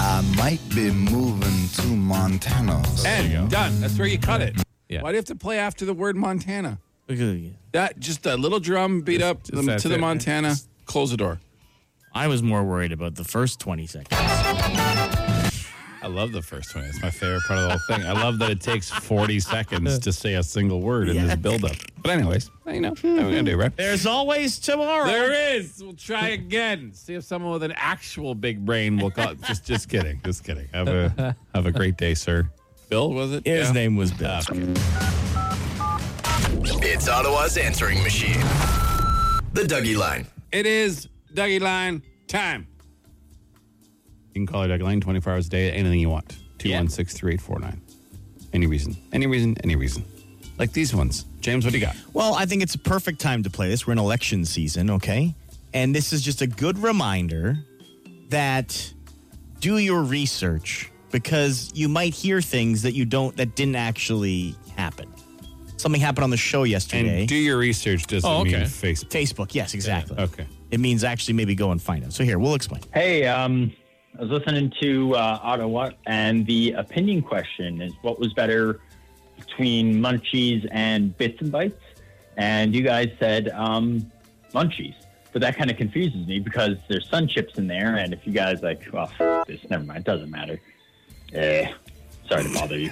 I might be moving to Montana.
And done. That's where you cut it.
Yeah.
Why do you have to play after the word Montana?
you.
That just a little drum beat up um,
just that's
to the
it.
Montana. Close the door.
I was more worried about the first 20 seconds.
I love the first one. It's my favorite part of the whole thing. I love that it takes 40 seconds to say a single word in this buildup. But anyways, you know, what we're going to do, right?
There's always tomorrow.
There is. We'll try again. See if someone with an actual big brain will call. just, just kidding. Just kidding. Have a have a great day, sir. Bill was it?
His
Yeah. Uh,
name was Bill.
It's Ottawa's answering machine. The Dougie Line.
It is Dougie Line time. You can call her Dougie Line 24 hours a day, anything you want. 216 3849. Any reason. Any reason. Any reason. Like these ones. James, what do you got?
Well, I think it's a perfect time to play this. We're in election season, okay? And this is just a good reminder that do your research because you might hear things that you don't that didn't actually happen. Something happened on the show yesterday.
And do your research doesn't
Oh,
mean
okay.
Facebook.
Facebook, yes, exactly.
Okay.
It means actually maybe go and find out. So here, we'll explain.
Hey, um, I was listening to uh, Ottawa, and the opinion question is what was better between munchies and bits and bites? And you guys said um, munchies. But that kind of confuses me because there's sun chips in there, and if you guys like, well, f- this, never mind, doesn't matter. Eh, sorry to bother you.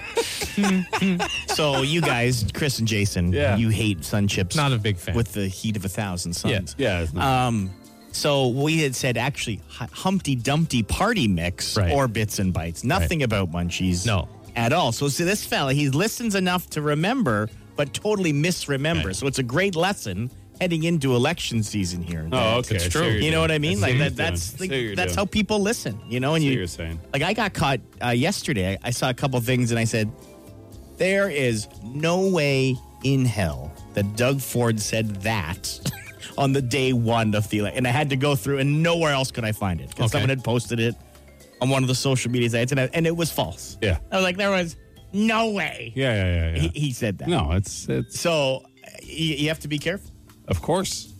So you guys, Chris and
[laughs]
Jason,
Yeah.
you hate sun chips.
Not a big fan.
With the heat of a thousand suns.
Yeah. it's not-
Um, so we had said actually Hu- Humpty Dumpty party mix
Right.
or bits and bites. Nothing about munchies.
No.
At all. So see this fella, he listens enough to remember, but totally misremembers. So it's a great lesson heading into election season here.
oh,
That-
okay.
it's
I see
true.
you're
You know
doing.
what I mean?
see
like
what you're doing.
that,
I
that's the-
see what you're
that's
doing.
how people listen, you know. And
see
you,
what you're saying.
like I got caught uh, yesterday. I saw a couple things and I said, "There is no way in hell that Doug Ford said that [laughs] on the day one of the election. And I had to go through, and nowhere else could I find it because
Okay.
someone had posted it on one of the social media sites, and, I, and it was false.
Yeah.
I was like, there was no way
Yeah, yeah, yeah. yeah.
he, he said that.
no, it's it's
So uh, you, you have to be careful.
of course.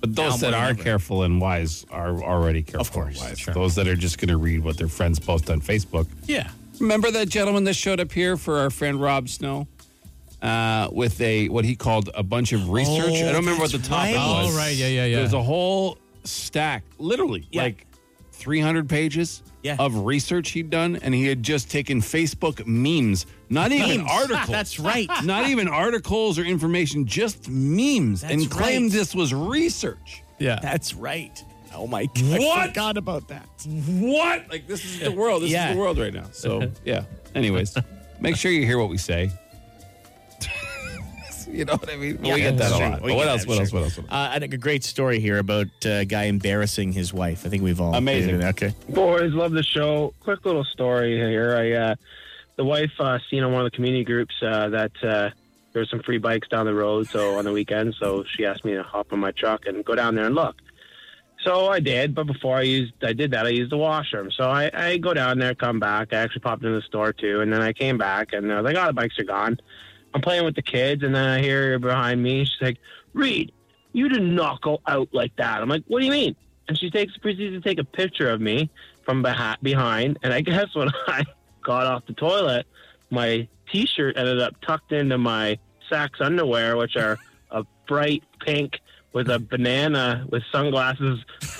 But
Now
those
more
that
than
are
ever.
careful and wise are already careful.
course,
and wise.
sure.
Those that are just going to read what their friends post on Facebook.
Yeah.
Remember that gentleman that showed up here for our friend Rob Snow uh, with a what he called a bunch of research. I
Oh,
don't remember what the
that's
topic
right.
was.
Oh, right. Yeah, yeah, yeah.
There's a whole stack, literally
Yeah.
like 300 pages
Yeah.
of research he'd done, and he had just taken Facebook memes, not even
Memes. [laughs]
articles.
That's
[laughs]
right.
Not even articles or information, just memes,
That's
and claimed
right.
this was research.
Yeah.
That's right. Oh my god! I
What?
forgot about that.
What? Like this is the world. This
Yeah.
is the world right now.
[laughs]
So yeah. Anyways, make sure you hear what we say. you know what I mean?
Yeah,
we get that
that's
a
true.
lot. But
We get
what, else,
that,
what
sure.
else? What else? What else?
Uh, I think a great story here about uh, a guy embarrassing his wife. I think we've all
Amazing.
Okay.
Boys, love the show. Quick little story here. I uh, the wife uh, seen on one of the community groups uh, that uh, there was some free bikes down the road. So on the weekend, so she asked me to hop on my truck and go down there and look. So I did, but before I used, I did that. I used the washroom. So I, I go down there, come back. I actually popped into the store too, and then I came back and I was like, "Oh, the bikes are gone." I'm playing with the kids, and then I hear her behind me. She's like, "Reed, you did not go out like that." I'm like, "What do you mean?" And she takes proceeds to take a picture of me from beha- behind, and I guess [laughs] when I got off the toilet, my T-shirt ended up tucked into my Saks underwear, which are a bright pink with a banana with sunglasses. [laughs]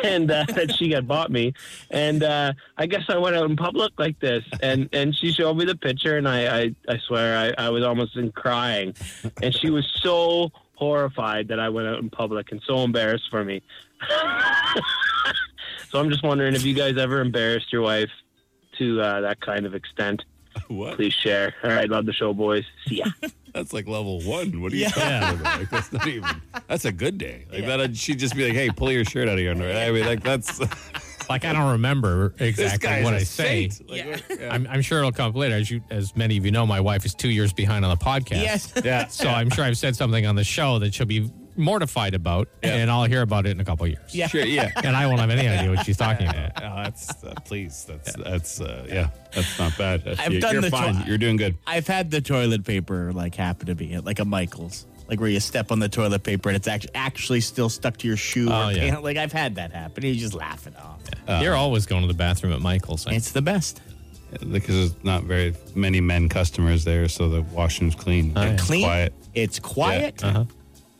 and uh, that she had bought me, and uh, I guess I went out in public like this, and, and she showed me the picture, and I I, I swear I, I was almost in crying, and she was so horrified that I went out in public and so embarrassed for me. [laughs] so I'm just wondering if you guys ever embarrassed your wife to uh, that kind of extent.
What?
Please share. All right, love the show, boys. See ya.
That's like level one. What are you
Yeah.
talking
[laughs]
about? Like, that's not even. That's a good day. Like that, she'd just be like, "Hey, pull your shirt out of your underwear." I mean, like that's
[laughs]
[laughs]
Like I don't remember
this
exactly
guy's
what
a
I say.
saint. Like, what- yeah.
I'm, I'm sure it'll come up later. As you, as many of you know, my wife is two years behind on the podcast. [laughs]
Yes.
yeah.
So I'm sure I've said something on the show that she'll be mortified about,
Yeah.
and I'll hear about it in a couple of years.
Yeah.
Sure,
[laughs]
yeah.
And I won't have any idea what she's talking about.
Oh, that's uh, please. That's that's uh, yeah. That's not bad. That's,
I've
you,
done
you're
the
fine.
twi-
you're doing good.
I've had the toilet paper like happen to me at like a Michaels, like where you step on the toilet paper and it's actually actually still stuck to your shoe.
Oh,
or
yeah.
pant. Like I've had that happen. You just laugh it off.
You're always going to the bathroom at Michael's. I-
It's the best.
because there's not very many men customers there, so the washroom's clean,
yeah.
and
Clean.
quiet.
It's quiet.
Yeah. uh-huh. Um,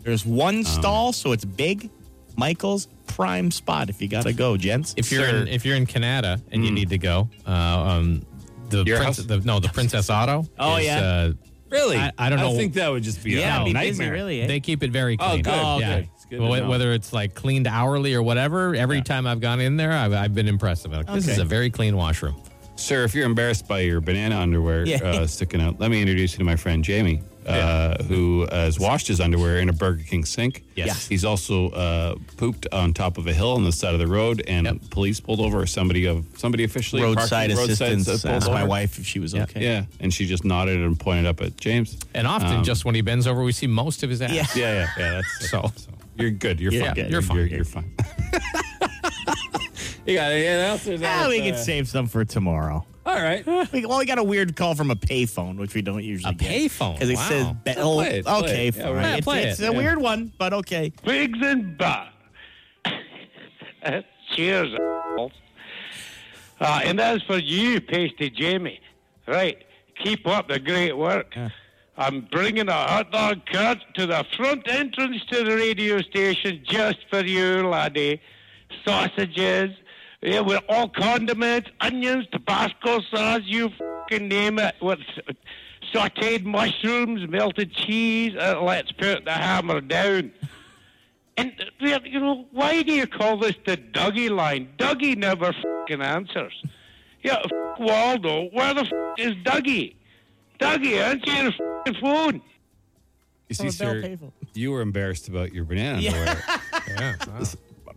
There's one stall, so it's big. Michael's prime spot if you gotta go, gents.
if you're
Sir.
in, if you're in Canada and you need to go, uh, um, the,
Mm. Your
prince,
house?
the no the Princess Auto.
Oh,
is,
yeah.
Uh,
Really?
I- I don't know.
I think that would just be
yeah,
a
it'd be busy,
nightmare.
really. eh?
they keep it very
Oh,
clean.
good. Oh,
Yeah.
good. It's good to
Wh-
know.
Whether it's like cleaned hourly or whatever, every time I've gone in there, I've, I've been impressed. I'm like, this
Okay.
is a very clean washroom.
Sir, if you're embarrassed by your banana underwear
Yeah.
uh, sticking out, let me introduce you to my friend Jamie, uh, who has washed his underwear in a Burger King sink.
Yes. Yeah.
He's also uh, pooped on top of a hill on the side of the road, and
Yep.
police pulled over somebody of somebody officially
roadside
parking-
assistance.
uh, pulled
Asked my
over.
wife if she was okay.
Yeah, and she just nodded and pointed up at James.
And often,
Um,
just when he bends over, we see most of his ass.
Yeah.
Yeah, yeah, yeah. That's
So- [laughs]
you're good. You're
Yeah,
fine. You're,
good. You're
fine. You're, you're fine. you got anything else? Or is that,
Ah, we could
uh,
save some for tomorrow.
All right.
We, well, we got a weird call from a payphone, which we don't usually
A
get.
payphone?
Because it
Wow.
says Bell.
play it, play
okay,
it. Yeah,
fine.
we're-
Yeah,
It's-
play
it's
it,
a
yeah.
weird one, but okay.
Figs and butt. Cheers, assholes. uh, And as for you, Pasty Jamie, right, keep up the great work. I'm bringing a hot dog cart to the front entrance to the radio station just for you, laddie. Sausages, yeah, with all condiments, onions, Tabasco sauce, you fucking name it. With s- sautéed mushrooms, melted cheese. Uh, let's put the hammer down. And uh, you know, why do you call this the Dougie line? Dougie never fucking answers. [laughs] Yeah, f- Waldo, where the f- is Dougie? Dougie, answer your fucking phone.
You see, sir, you were embarrassed about your banana underwear.
Yeah. wow.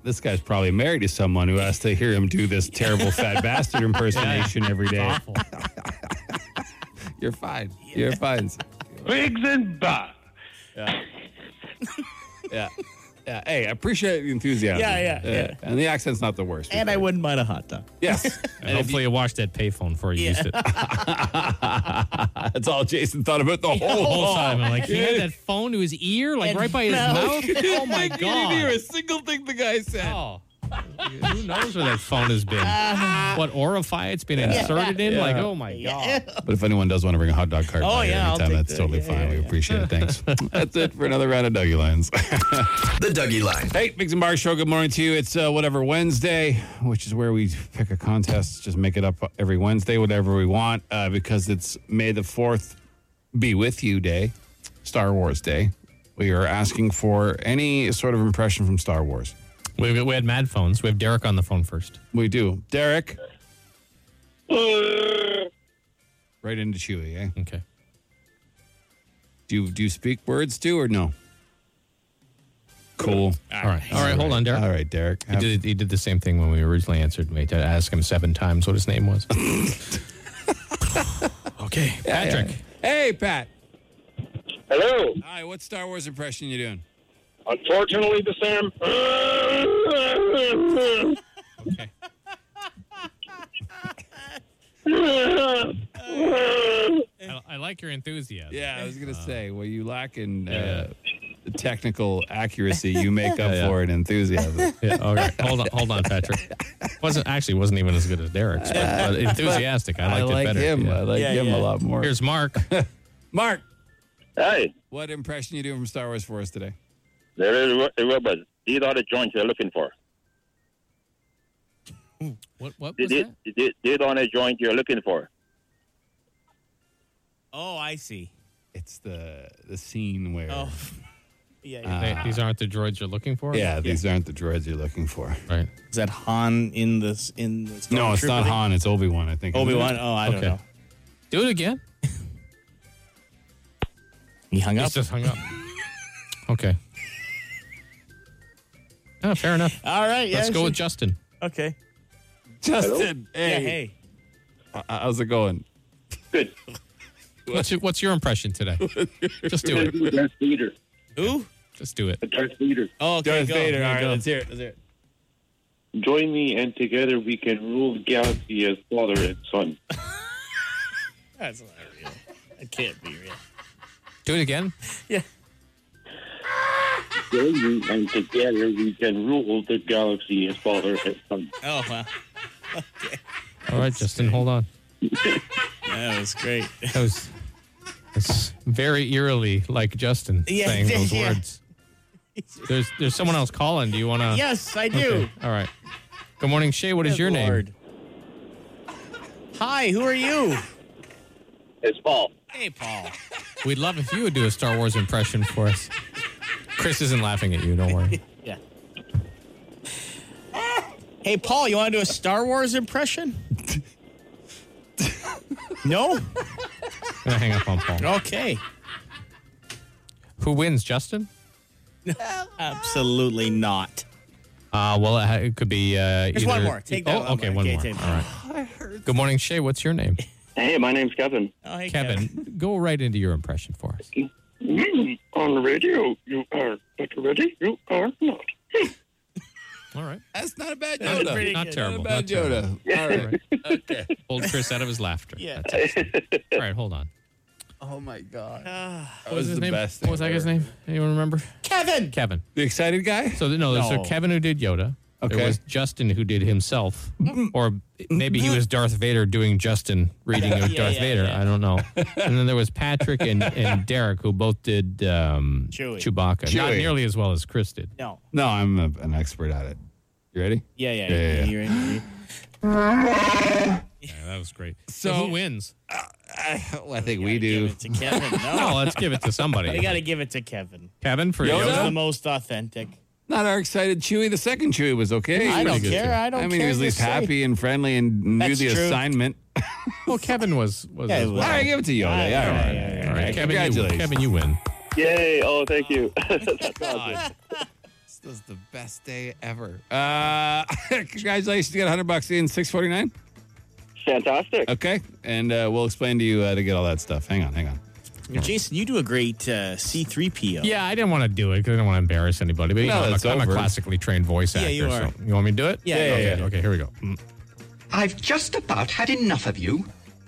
This guy's probably married to someone who has to hear him do this terrible fat bastard impersonation every day.
Awful.
[laughs] You're fine. You're fine.
Pigs and bat.
Yeah. yeah. Yeah. Hey, I appreciate the enthusiasm.
Yeah, yeah, yeah.
And the accent's not the worst.
And I wouldn't mind a hot dog.
Yes.
And hopefully you, washed that payphone before you used it.
That's all Jason thought about the whole,
The whole time. I'm like, he had that phone to his ear, like
And
right by his
no.
mouth. Oh my
I didn't hear
god.
a single thing the guy said.
Oh. Who knows where that phone has been? what orify it's been inserted in?
Yeah.
Like, oh my
Yeah.
god.
But if anyone does want to bring a hot dog cart
Oh,
by
yeah, I'll
anytime,
take
that's
that.
totally
Yeah,
fine.
yeah,
we
yeah.
appreciate it.
[laughs]
Thanks. that's it for another round of Dougie Lines. [laughs]
The Dougie Line.
Hey, Biggs and Bar Show, good morning to you. It's uh, Whatever Wednesday, which is where we pick a contest, just make it up every Wednesday, whatever we want, uh, because it's May the 4th Be With You Day, Star Wars Day. We are asking for any sort of impression from Star Wars.
We, we had mad phones. We have Derek on the phone first.
We do. Derek, right into Chewie, eh?
Okay.
Do you, do you speak words too or no? Cool.
All right. All right. Hold on, Derek.
All right, Derek.
He did, he did the same thing when we originally answered me to ask him seven times what his name was. okay. Patrick.
Hey, Pat.
Hello.
Hi, what Star Wars impression you doing?
Unfortunately, the [laughs] Sam.
Okay. I, I like your enthusiasm.
Yeah, I was gonna say. Well, you lack in uh, technical accuracy. You make up
Yeah.
for it in enthusiasm.
Yeah, all right. Hold on, hold on, Patrick. Wasn't actually wasn't even as good as Derek's, but, but enthusiastic. I
I
liked
like
it better.
him.
Yeah.
I like
Yeah,
him
yeah.
a lot more.
Here's Mark.
Mark.
Hey,
What impression you doing from Star Wars for us today?
there is Ro- Robert. These are the joints we're looking for.
What what
These
was that?
these- these are the joints you're looking for.
Oh, I see.
It's the the scene where.
Oh, [laughs] yeah. yeah.
They- these aren't the droids you're looking for.
Yeah, these aren't the droids you're looking for.
Right.
Is that Han in this in this?
No, it's not Han. It's Obi Wan. I think.
Obi Wan. Oh, I don't
Okay.
know.
Do it again.
He hung up.
He's just [laughs] hung up. okay. Oh, fair enough.
All right. Yeah,
Let's go
sure.
with Justin.
Okay.
[laughs] Justin.
Yeah.
Hey.
Hey.
Uh, How's it going?
Good.
What's your, what's your impression [laughs] today? Just do it.
Darth Vader.
Who?
Just do it.
Darth Vader.
Oh, okay.
Darth
go.
Vader.
Yeah,
All right,
go.
let's hear it. Let's hear it.
Join me, and together we can rule galaxy as father and son.
That's not real. That can't be real.
Do it again.
Join me, and together we can rule the galaxy as father and son.
Oh, wow.
All right, Justin, hold on.
That
[laughs]
was great.
That was that's very eerily like Justin
Yeah,
saying those
yeah.
words. There's there's someone else calling. Do you want to?
yes, I do.
Okay. All right. Good morning, Shay. What is your name?
Hi, who are you?
It's Paul.
Hey, Paul.
We'd love if you would do a Star Wars impression for us. Chris isn't laughing at you. Don't worry.
Yeah. Hey, Paul, you want to do a Star Wars impression? no?
I'm gonna hang up on Paul.
Okay.
Who wins, Justin?
Absolutely not.
Uh, well, it, ha- it could be. Uh,
There's
either-
one more. Take that
Oh,
one
okay,
more.
one
Okay,
more.
take that.
All right. Good morning, Shay. What's your
[laughs]
name?
Hey, my name's Kevin.
Oh, hey,
Kevin. Go right into your impression for us.
Mm-hmm. on the radio, you are not ready. You are not.
All right.
That's not a bad
That was pretty
Yoda.
Not
good.
terrible.
Not a bad
not terrible.
Yoda. All [laughs] right.
Hold Chris out of his laughter.
Yeah.
That's excellent. All right, hold on.
Oh my god.
Ah,
That was the
name?
best
What was that
thing
guy's
ever.
name? Anyone remember?
Kevin.
Kevin.
The excited guy?
So th- no, so
No.
Kevin who did Yoda.
Okay.
There was Justin who did himself, or maybe he was Darth Vader doing Justin reading of
Yeah,
Darth
yeah,
Vader.
yeah.
I
[laughs]
don't know. And then there was Patrick and, and Derek who both did um,
Chewie.
Chewbacca, not
Chewie.
nearly as well as Chris did.
No.
No, I'm a, an expert at it. You ready?
Yeah, yeah,
Yeah, yeah, yeah.
you're in- you're in.
Yeah, that was great.
So-
So, who wins?
I think
Gotta
we do.
Give [laughs] it to Kevin.
Oh,
No.
let's give it
[laughs]
to somebody.
we got to give it to Kevin.
Kevin for
It was
Yoda?
the most authentic.
Not our excited Chewie. The second Chewie was okay.
I don't
good
care.
too.
I don't
I
care.
mean, he was at
You
least
say-
happy and friendly and knew
That's
the
true.
assignment.
Well, Kevin was was.
Yeah,
as
he
well.
was.
All right, give it to Yoda.
Yeah,
Yeah, all
yeah,
right.
yeah, yeah,
All right, Kevin, you,
Congratulations.
Kevin, you win.
Yay! Oh, thank you. That's awesome.
[laughs] This was the [laughs] best day ever. Uh, congratulations. You got 100 bucks in 649.
Fantastic.
Okay. And uh, we'll explain to you how to get all that stuff. Hang on, hang on.
Jason, you do a great uh, C3PO.
Yeah, I didn't want to do it because I didn't want to embarrass anybody. But you
No,
know, I'm,
it's
a, I'm a
over.
classically trained voice
Yeah,
actor.
you are.
So you want me to do it?
Yeah, Yeah, yeah,
okay,
yeah.
okay, here we go. Mm.
I've just about had enough of you.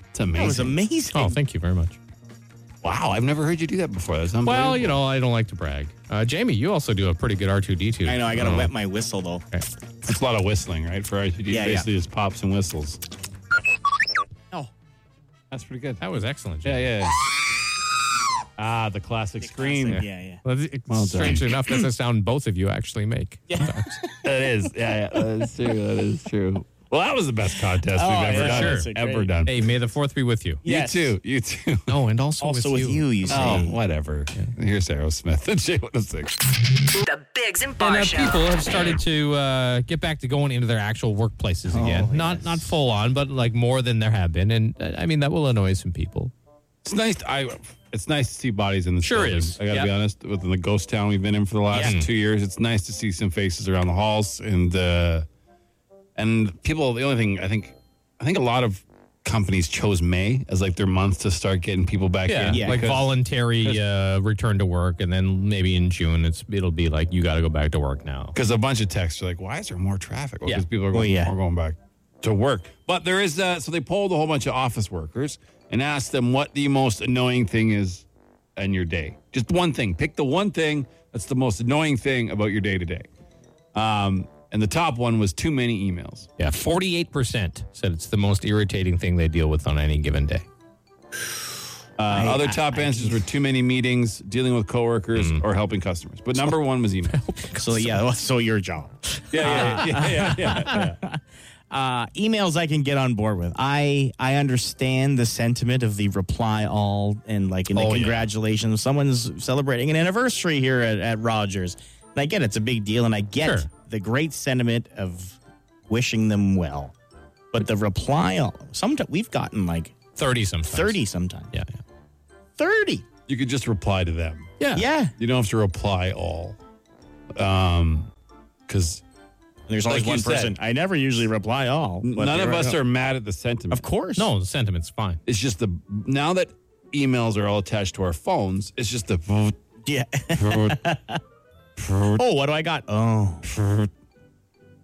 It's amazing.
That was amazing.
Oh, thank you very much.
Wow, I've never heard you do that before. That's unbelievable.
Well, you know, I don't like to brag. Uh, Jamie, you also do a pretty good R2D2.
I know, I gotta
Uh,
wet my whistle though.
it's a lot of whistling, right? For R2D,
Yeah, yeah.
basically just pops and whistles.
That's pretty good. That was excellent.
Yeah,
Jamie.
yeah. yeah. ah, the classic scream.
Yeah, yeah.
Well, that's-
Well done.
strangely enough, that's a sound both of you
[laughs]
actually make.
That is. Yeah, yeah, that is true. That is true. Well, that was the best contest
Oh,
we've ever
yeah,
done.
that's a great-
Ever done.
Hey, may the fourth be with you.
Yes.
You too. You too. [laughs]
Oh, and also,
Also with you, you say.
Oh, whatever. Here's Aerosmith [laughs] and J106.
The Bigs and Bar
And, uh,
Show.
people have started to uh, get back to going into their actual
Oh,
workplaces again. Not not full on, but like more than there have been. And uh, I mean, that will annoy some people.
It's nice. I. It's nice to see bodies in the
Sure
building.
is.
I gotta
Yeah.
be honest. Within the ghost town we've been in for the last
Yeah.
two years, it's nice to see some faces around the halls and uh, and people. The only thing I think, I think a lot of companies chose May as like their month to start getting people back
Yeah,
in.
like
because-
voluntary uh, return to work, and then maybe in June it's it'll be like you got to go back to work now.
because a bunch of texts are like, "Why is there more traffic?" Because
Yeah.
people are
Well,
going,
yeah.
are going back to work. But there is uh, so they polled a whole bunch of office workers and asked them what the most annoying thing is in your day. Just one thing. Pick the one thing that's the most annoying thing about your day to day. Um, and the top one was too many emails.
Yeah, forty eight percent said it's the most irritating thing they deal with on any given day.
Uh, other top answers were too many meetings, dealing with coworkers,
Mm.
or helping customers. But
[laughs]
number one was email.
So yeah, well, so your job.
yeah, yeah, yeah,
[laughs]
yeah, yeah, yeah.
Uh, emails I can get on board with. I I understand the sentiment of the reply all and like in the
Oh, yeah.
congratulations. Someone's celebrating an anniversary here at, at Rogers. And I get it's a big deal, and I get
Sure.
the great sentiment of wishing them well. But the reply all sometimes we've gotten like
Thirty sometimes.
thirty sometimes.
Yeah.
Thirty.
You could just reply to them.
Yeah.
Yeah. And
You don't have to reply all. Um, because
there's
Like
always
you
one
said.
person. I never usually reply all. but
none
there
of us
go.
are mad at the sentiment.
Of course.
No, the sentiment's fine.
It's just the now that emails are all attached to our phones, it's just the
Yeah. Oh, what do I got? Oh.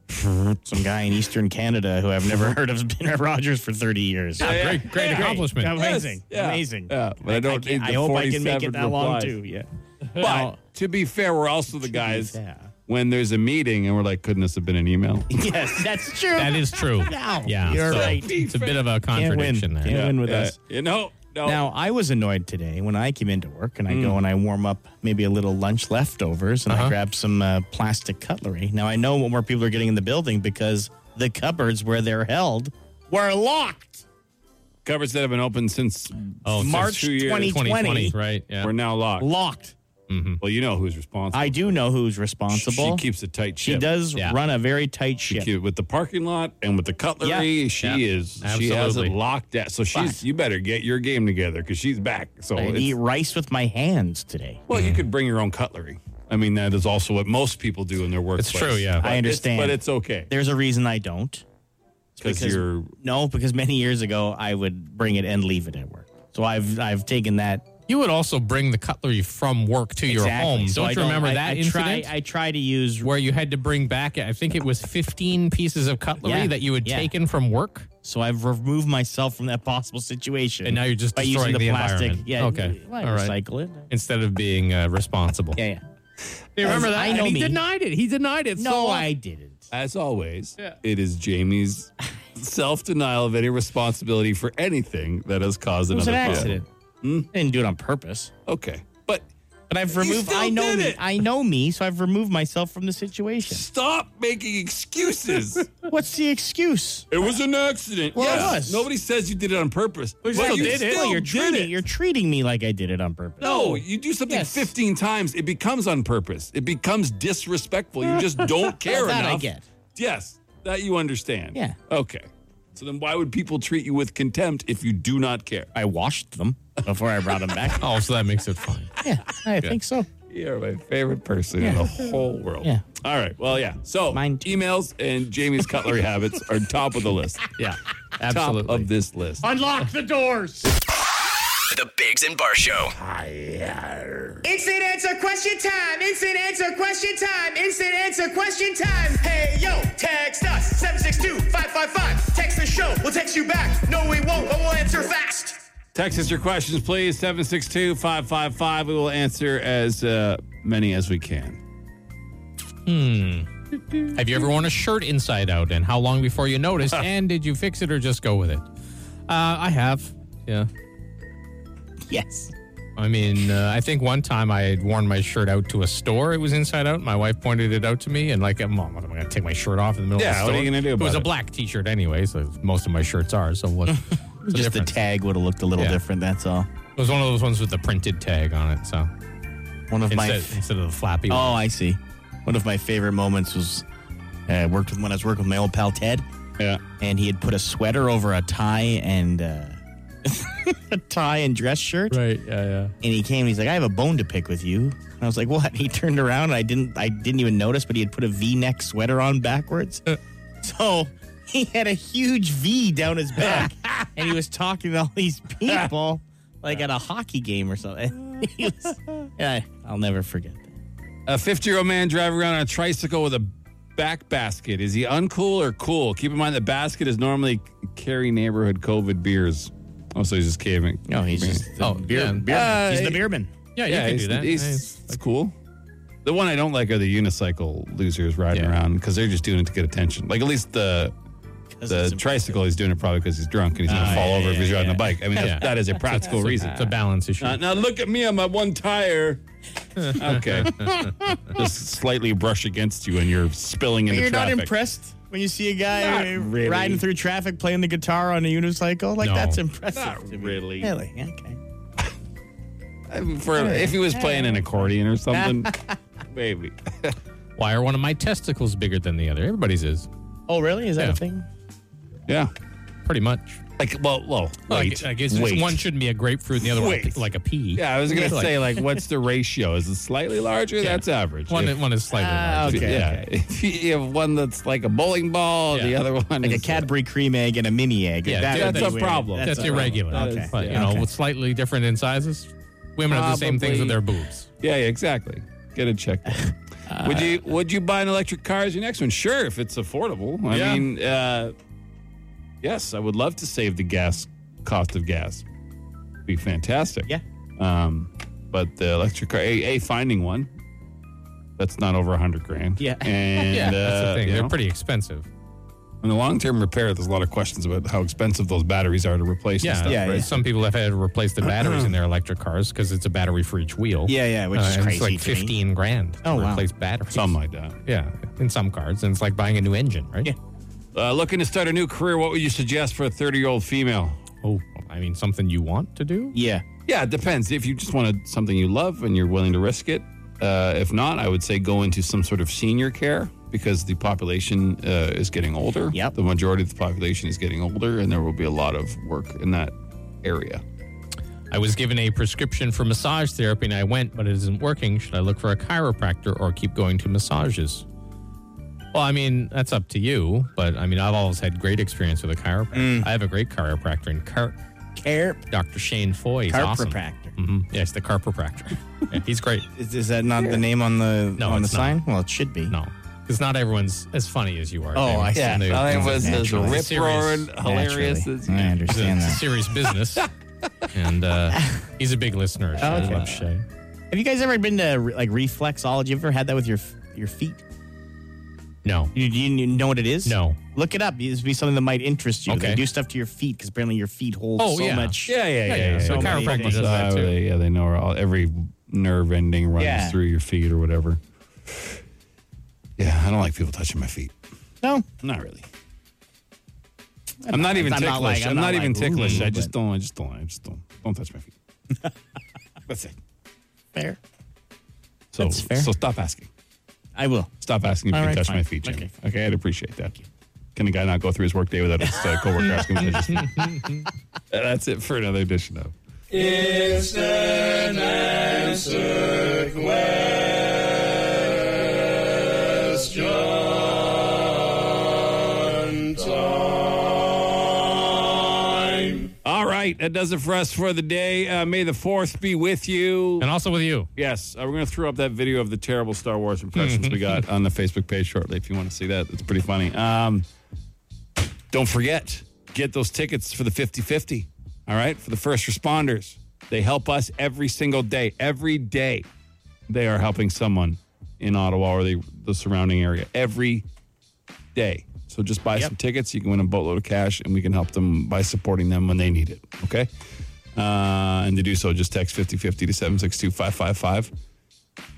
Some guy in Eastern Canada who I've never [laughs] heard of has been at Rogers for 30 years.
yeah.
Great, great accomplishment.
Amazing.
Yes, yeah,
Amazing.
yeah, but I don't need
can't- I
the
hope I can make
47
it that long
replies.
too. Yeah. [laughs]
But to be fair, we're also the guys
fair.
when there's a meeting and we're like, couldn't this have been an email?
yes, that's true.
That is
[laughs]
true.
Now,
yeah,
you're
so
right.
It's a bit of a
win.
contradiction there.
Can't win [laughs] with
Yeah,
us.
You know, no.
Now, I was annoyed today when I came into work and I
Hmm.
go and I warm up maybe a little lunch leftovers
Uh-huh.
and I grab some uh, plastic cutlery. Now, I know what more people are getting in the building because the cupboards where they're held were locked.
cupboards that have been open since
Oh, since
March
two years.
2020.
2020, right? Yeah.
we're now locked.
Locked.
Well, you know who's responsible.
I do know who's
She
responsible.
keeps a tight
She
ship.
does
Yeah.
run a very tight ship.
She- with the parking lot and with the cutlery,
Yeah.
she
Yeah.
is she has it
Absolutely.
locked down. So she's
But-
you better get your game together because she's back. So
I
it's-
eat rice with my hands today.
well, you could bring your own cutlery. I mean, that is also what most people do in their workplace.
true, yeah.
But Uh-huh.
I
it's-
understand.
but it's okay
There's a reason I don't.
because you're
No, because many years ago I would bring it and leave it at work. So I've I've taken that
You would also bring the cutlery from work to your
Exactly.
home.
So
don't
I
you remember
I-
that
I
incident?
Try, I try to use
where you had to bring back, I think it was 15 pieces of cutlery
Yeah,
that you had
yeah.
taken from work,
so I've removed myself from that possible situation.
and now you're just
by
destroying
using the, plastic.
environment.
Yeah.
Okay.
Well, I
All right.
recycle it.
Instead of being uh, responsible.
Yeah, yeah.
You remember that?
I
And
know
he
me.
denied it. He denied it.
No,
so
I didn't.
as always. It is Jamie's self denial of any responsibility for anything that has caused
It was an
another
accident. Hmm? I didn't do it on purpose.
Problem. Okay, but
But I've removed.
still
I know
did
me.
it.
I know me. So I've removed myself from the situation.
stop making excuses.
What's the excuse?
[laughs] it was an accident.
Well, it
Yes.
was.
Nobody says you did it on purpose. But
Well,
you
you-
still
well, you're
did
treating
it.
you're treating me like I did it on purpose.
No, you do something
Yes.
15 times, it becomes on purpose. It becomes disrespectful. You just
[laughs]
don't care
that I
enough.
get.
Yes, that you understand.
Yeah.
Okay. So then why would people treat you with contempt if you do not care?
[laughs]
I washed them before I brought them back.
Oh, so that makes it fine. [laughs]
yeah, I think so.
You're my favorite person in the whole world.
Yeah.
All right. Well, yeah. So emails and Jamie's cutlery habits are top of the
[laughs]
list.
Yeah.
Top
Absolutely.
of this list.
Unlock the doors.
The Bigs and Bar Show.
Instant answer question time. Instant answer question time. Instant answer question time. Hey yo, text us 762-555. Text the show. We'll text you back. No, we won't, but we'll answer fast.
Text us your questions, please. 762 555. We will answer as uh, many as we can.
Hmm. Have you ever worn a shirt inside out and how long before
[laughs]
you noticed? and did you fix it or just go with it? Uh, I have. Yeah.
Yes.
I mean, uh, I think one time I had worn my shirt out to a store. It was inside out. My wife pointed it out to me, and like, mom, I'm going to take my shirt off in the middle of the
Yeah,
store.
what are you gonna do
It
about
was a
it?
black T-shirt anyway, so most of my shirts are.
[laughs]
So what? what's
Just the
difference?
tag would have looked a little
Yeah.
different. That's all.
It was one of those ones with the printed tag on it. So
One of my.
instead, instead of the flappy. one.
Oh, I see. One of my favorite moments was uh, I worked with when I was working with my old pal Ted.
Yeah.
And he had put a sweater over a tie and uh, [laughs] a tie and dress shirt.
Right. Yeah. Yeah.
And he came and he's like, "I have a bone to pick with you." And I was like, "What?" [laughs] He turned around and I didn't I didn't even notice, but he had put a V-neck sweater on backwards. so he had a huge V down his back, and he was talking to all these people like at a hockey game or something. [laughs] He was- yeah, I'll never forget. that.
A 50 year old man driving around on a tricycle with a back basket. Is he uncool or cool? Keep in mind the basket is normally carry neighborhood COVID beers. Oh, so he's just caving.
No, he's just the
Oh,
beer,
yeah.
beer-
Uh,
he's the beerman.
Yeah. You can
he's,
do that.
he's-
Yeah,
it's cool. The one I don't like are the unicycle losers riding
Yeah.
around because they're just doing it to get attention. Like at least the the tricycle he's doing it probably because he's drunk and he's going to
Ah,
fall
yeah,
over if
yeah,
he's riding
yeah.
a bike. I mean,
Yeah.
that, that is a practical reason.
It's a balance issue.
Uh, now look at me on my one
[laughs]
tire. okay, just slightly brush against you and you're spilling into
You're not
traffic.
impressed when you see a guy
Not really.
riding through traffic playing the guitar on a unicycle? Like
No.
that's impressive.
Not
to me.
really.
Really? Okay.
Um, For if he was playing an accordion or
[laughs]
something, maybe.
Why are one of my testicles bigger than the other? Everybody's is
Oh, really? Is that
Yeah.
a thing?
Yeah,
pretty much.
like well, well,
Well, I
wait,
gu- I guess just
wait.
one shouldn't be a grapefruit and the other
Wait.
one a pe- like a pea.
Yeah, I was gonna
Yeah, like-
say like, what's the ratio? Is it slightly larger? That's average.
One,
If-
one is slightly
Ah,
larger.
okay.
yeah, [laughs] if you have one that's like a bowling ball, the
Yeah.
other one
Like a
is
Cadbury cream egg and a mini egg.
Yeah,
That
dude,
would be
that's a
weird.
problem.
That's,
a problem.
irregular.
Okay.
But, you
Yeah,
know,
okay.
with slightly different in sizes, women have the same things with
Probably.
their boobs.
Yeah, yeah, exactly. Get a check.
[laughs]
would
Uh,
you would you buy an electric car as your next one? Sure, if it's affordable. I
Yeah.
mean, uh, yes, I would love to save the gas cost of gas. Be fantastic.
Yeah.
Um, but the electric car, a, a finding one that's not over a hundred grand.
Yeah.
and
yeah, [laughs] that's
uh,
the thing.
you
They're
know,
pretty expensive.
in the long term repair. There's a lot of questions about how expensive those batteries are to replace.
Yeah,
and stuff,
yeah,
right?
yeah.
Some people have had to replace the batteries in their electric cars because it's a battery for each wheel.
Yeah, yeah, which
Uh,
is
and
crazy.
It's like
to me.
fifteen grand. To
Oh, wow.
Replace batteries.
something like that.
Yeah, in some cars, and it's like buying a new engine, right?
Yeah.
Uh, looking to start a new career, what would you suggest for a 30 year old female?
Oh, I mean, something you want to do.
Yeah.
Yeah, it depends. If you just wanted something you love and you're willing to risk it, uh, if not, I would say go into some sort of senior care because the population uh, is getting older.
Yep.
The majority of the population is getting older, and there will be a lot of work in that area.
I was given a prescription for massage therapy and I went, but it isn't working. Should I look for a chiropractor or keep going to massages? Well, I mean, that's up to you, but I mean, I've always had great experience with a
Mm.
chiropractor. I have a great chiropractor in Car-
Carp.
Dr. Shane Foy. He's awesome.
Chiropractor.
Mhm. Yes, the
[laughs]
chiropractor. Yeah, he's great.
Is, is that not the name on the
No,
on the
it's not.
sign? Well, it should be.
No, because not everyone's as funny as you are.
Oh,
David.
I see.
And they- it's a-
naturally.
rip roaring,
hilarious as you. I
it's a
understand that.
serious
[laughs]
business. and uh, he's a big listener. So I
Okay.
love Shay.
Have you guys ever been to re- like reflexology? You ever had that with your f- your feet?
No,
You, do you know what it is?
no.
Look it up. This would be something that might interest you. They
Okay.
do stuff to your feet because apparently your feet hold
Oh,
so
yeah.
much.
yeah,
yeah, yeah. So
So many
chiropractor
things.
does that too.
yeah, Oh, they know where all, every nerve ending runs
Yeah.
through your feet or whatever. Yeah, I don't like people touching my feet.
No.
Not really. I'm not even
I'm
ticklish.
not
I'm not,
like- I'm not
even
like,
ticklish.
ooh,
I just
but-
don't. I just don't. I just don't. Don't touch my feet. That's it.
Fair.
So
That's fair.
so stop asking.
I will.
Stop asking if
All
you
right,
touch
fine.
my feet, Jim.
Okay,
Okay, I'd appreciate that. Can a guy not go through his workday without his uh, coworker asking? him to
[laughs]
touch his feet? That's it for another edition of.
It's an answer question.
right, that does it for us for the day. Uh, may the fourth be with you,
and also with you.
Yes, uh, we're going to throw up that video of the terrible Star Wars impressions we got on the Facebook page shortly. If you want to see that, it's pretty funny. Um, don't forget, get those tickets for the 50-50, All right, for the first responders, they help us every single day. Every day, they are helping someone in Ottawa or the the surrounding area every day. So just buy
Yep.
some tickets. You can win a boatload of cash, and we can help them by supporting them when they need it. Okay. Uh, and to do so, just text 5050 to 762 555.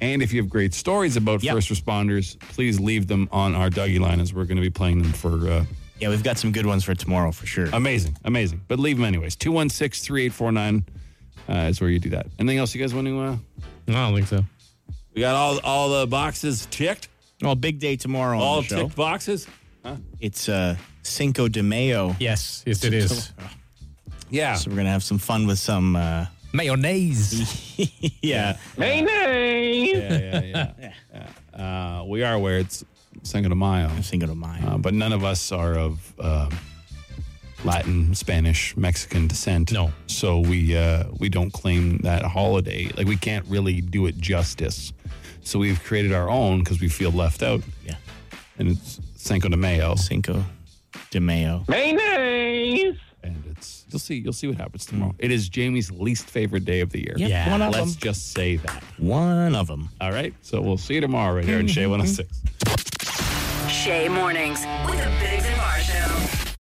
And if you have great stories about first responders, please leave them on our Dougie line as we're going to be playing them for. Uh,
yeah, we've got some good ones for tomorrow for sure.
Um,
Amazing. Amazing. But leave them anyways. 216 3849 uh, is where you do that. Anything else you guys want to. Uh,
No, I don't think so.
we got all, all the boxes ticked.
Well, big day tomorrow.
All
on the show.
ticked boxes. Huh?
It's uh, Cinco de Mayo.
Yes, yes, it is.
Yeah.
So we're gonna have some fun with some. Uh,
Mayonnaise.
yeah.
Mayonnaise.
Yeah, yeah, yeah. [laughs] yeah. Uh, we are aware it's Cinco de Mayo.
Cinco de Mayo.
Um,
Uh, but none of us are of um Latin, Spanish, Mexican descent. No. So we uh, we don't claim that holiday. Like we can't really do it justice. So we've created our own because we feel left out.
Yeah.
And it's Cinco de Mayo.
Cinco de Mayo.
Mayonnaise.
And it's you'll see you'll see what happens tomorrow. It is Jamie's least favorite day of the year.
Yep, Yeah. one of
Mm. Let's
them.
just say that.
One of them.
All right. So we'll see you tomorrow
[laughs]
oh right here on Shea 106.
Shay Mornings with the Biggs and Bar Show.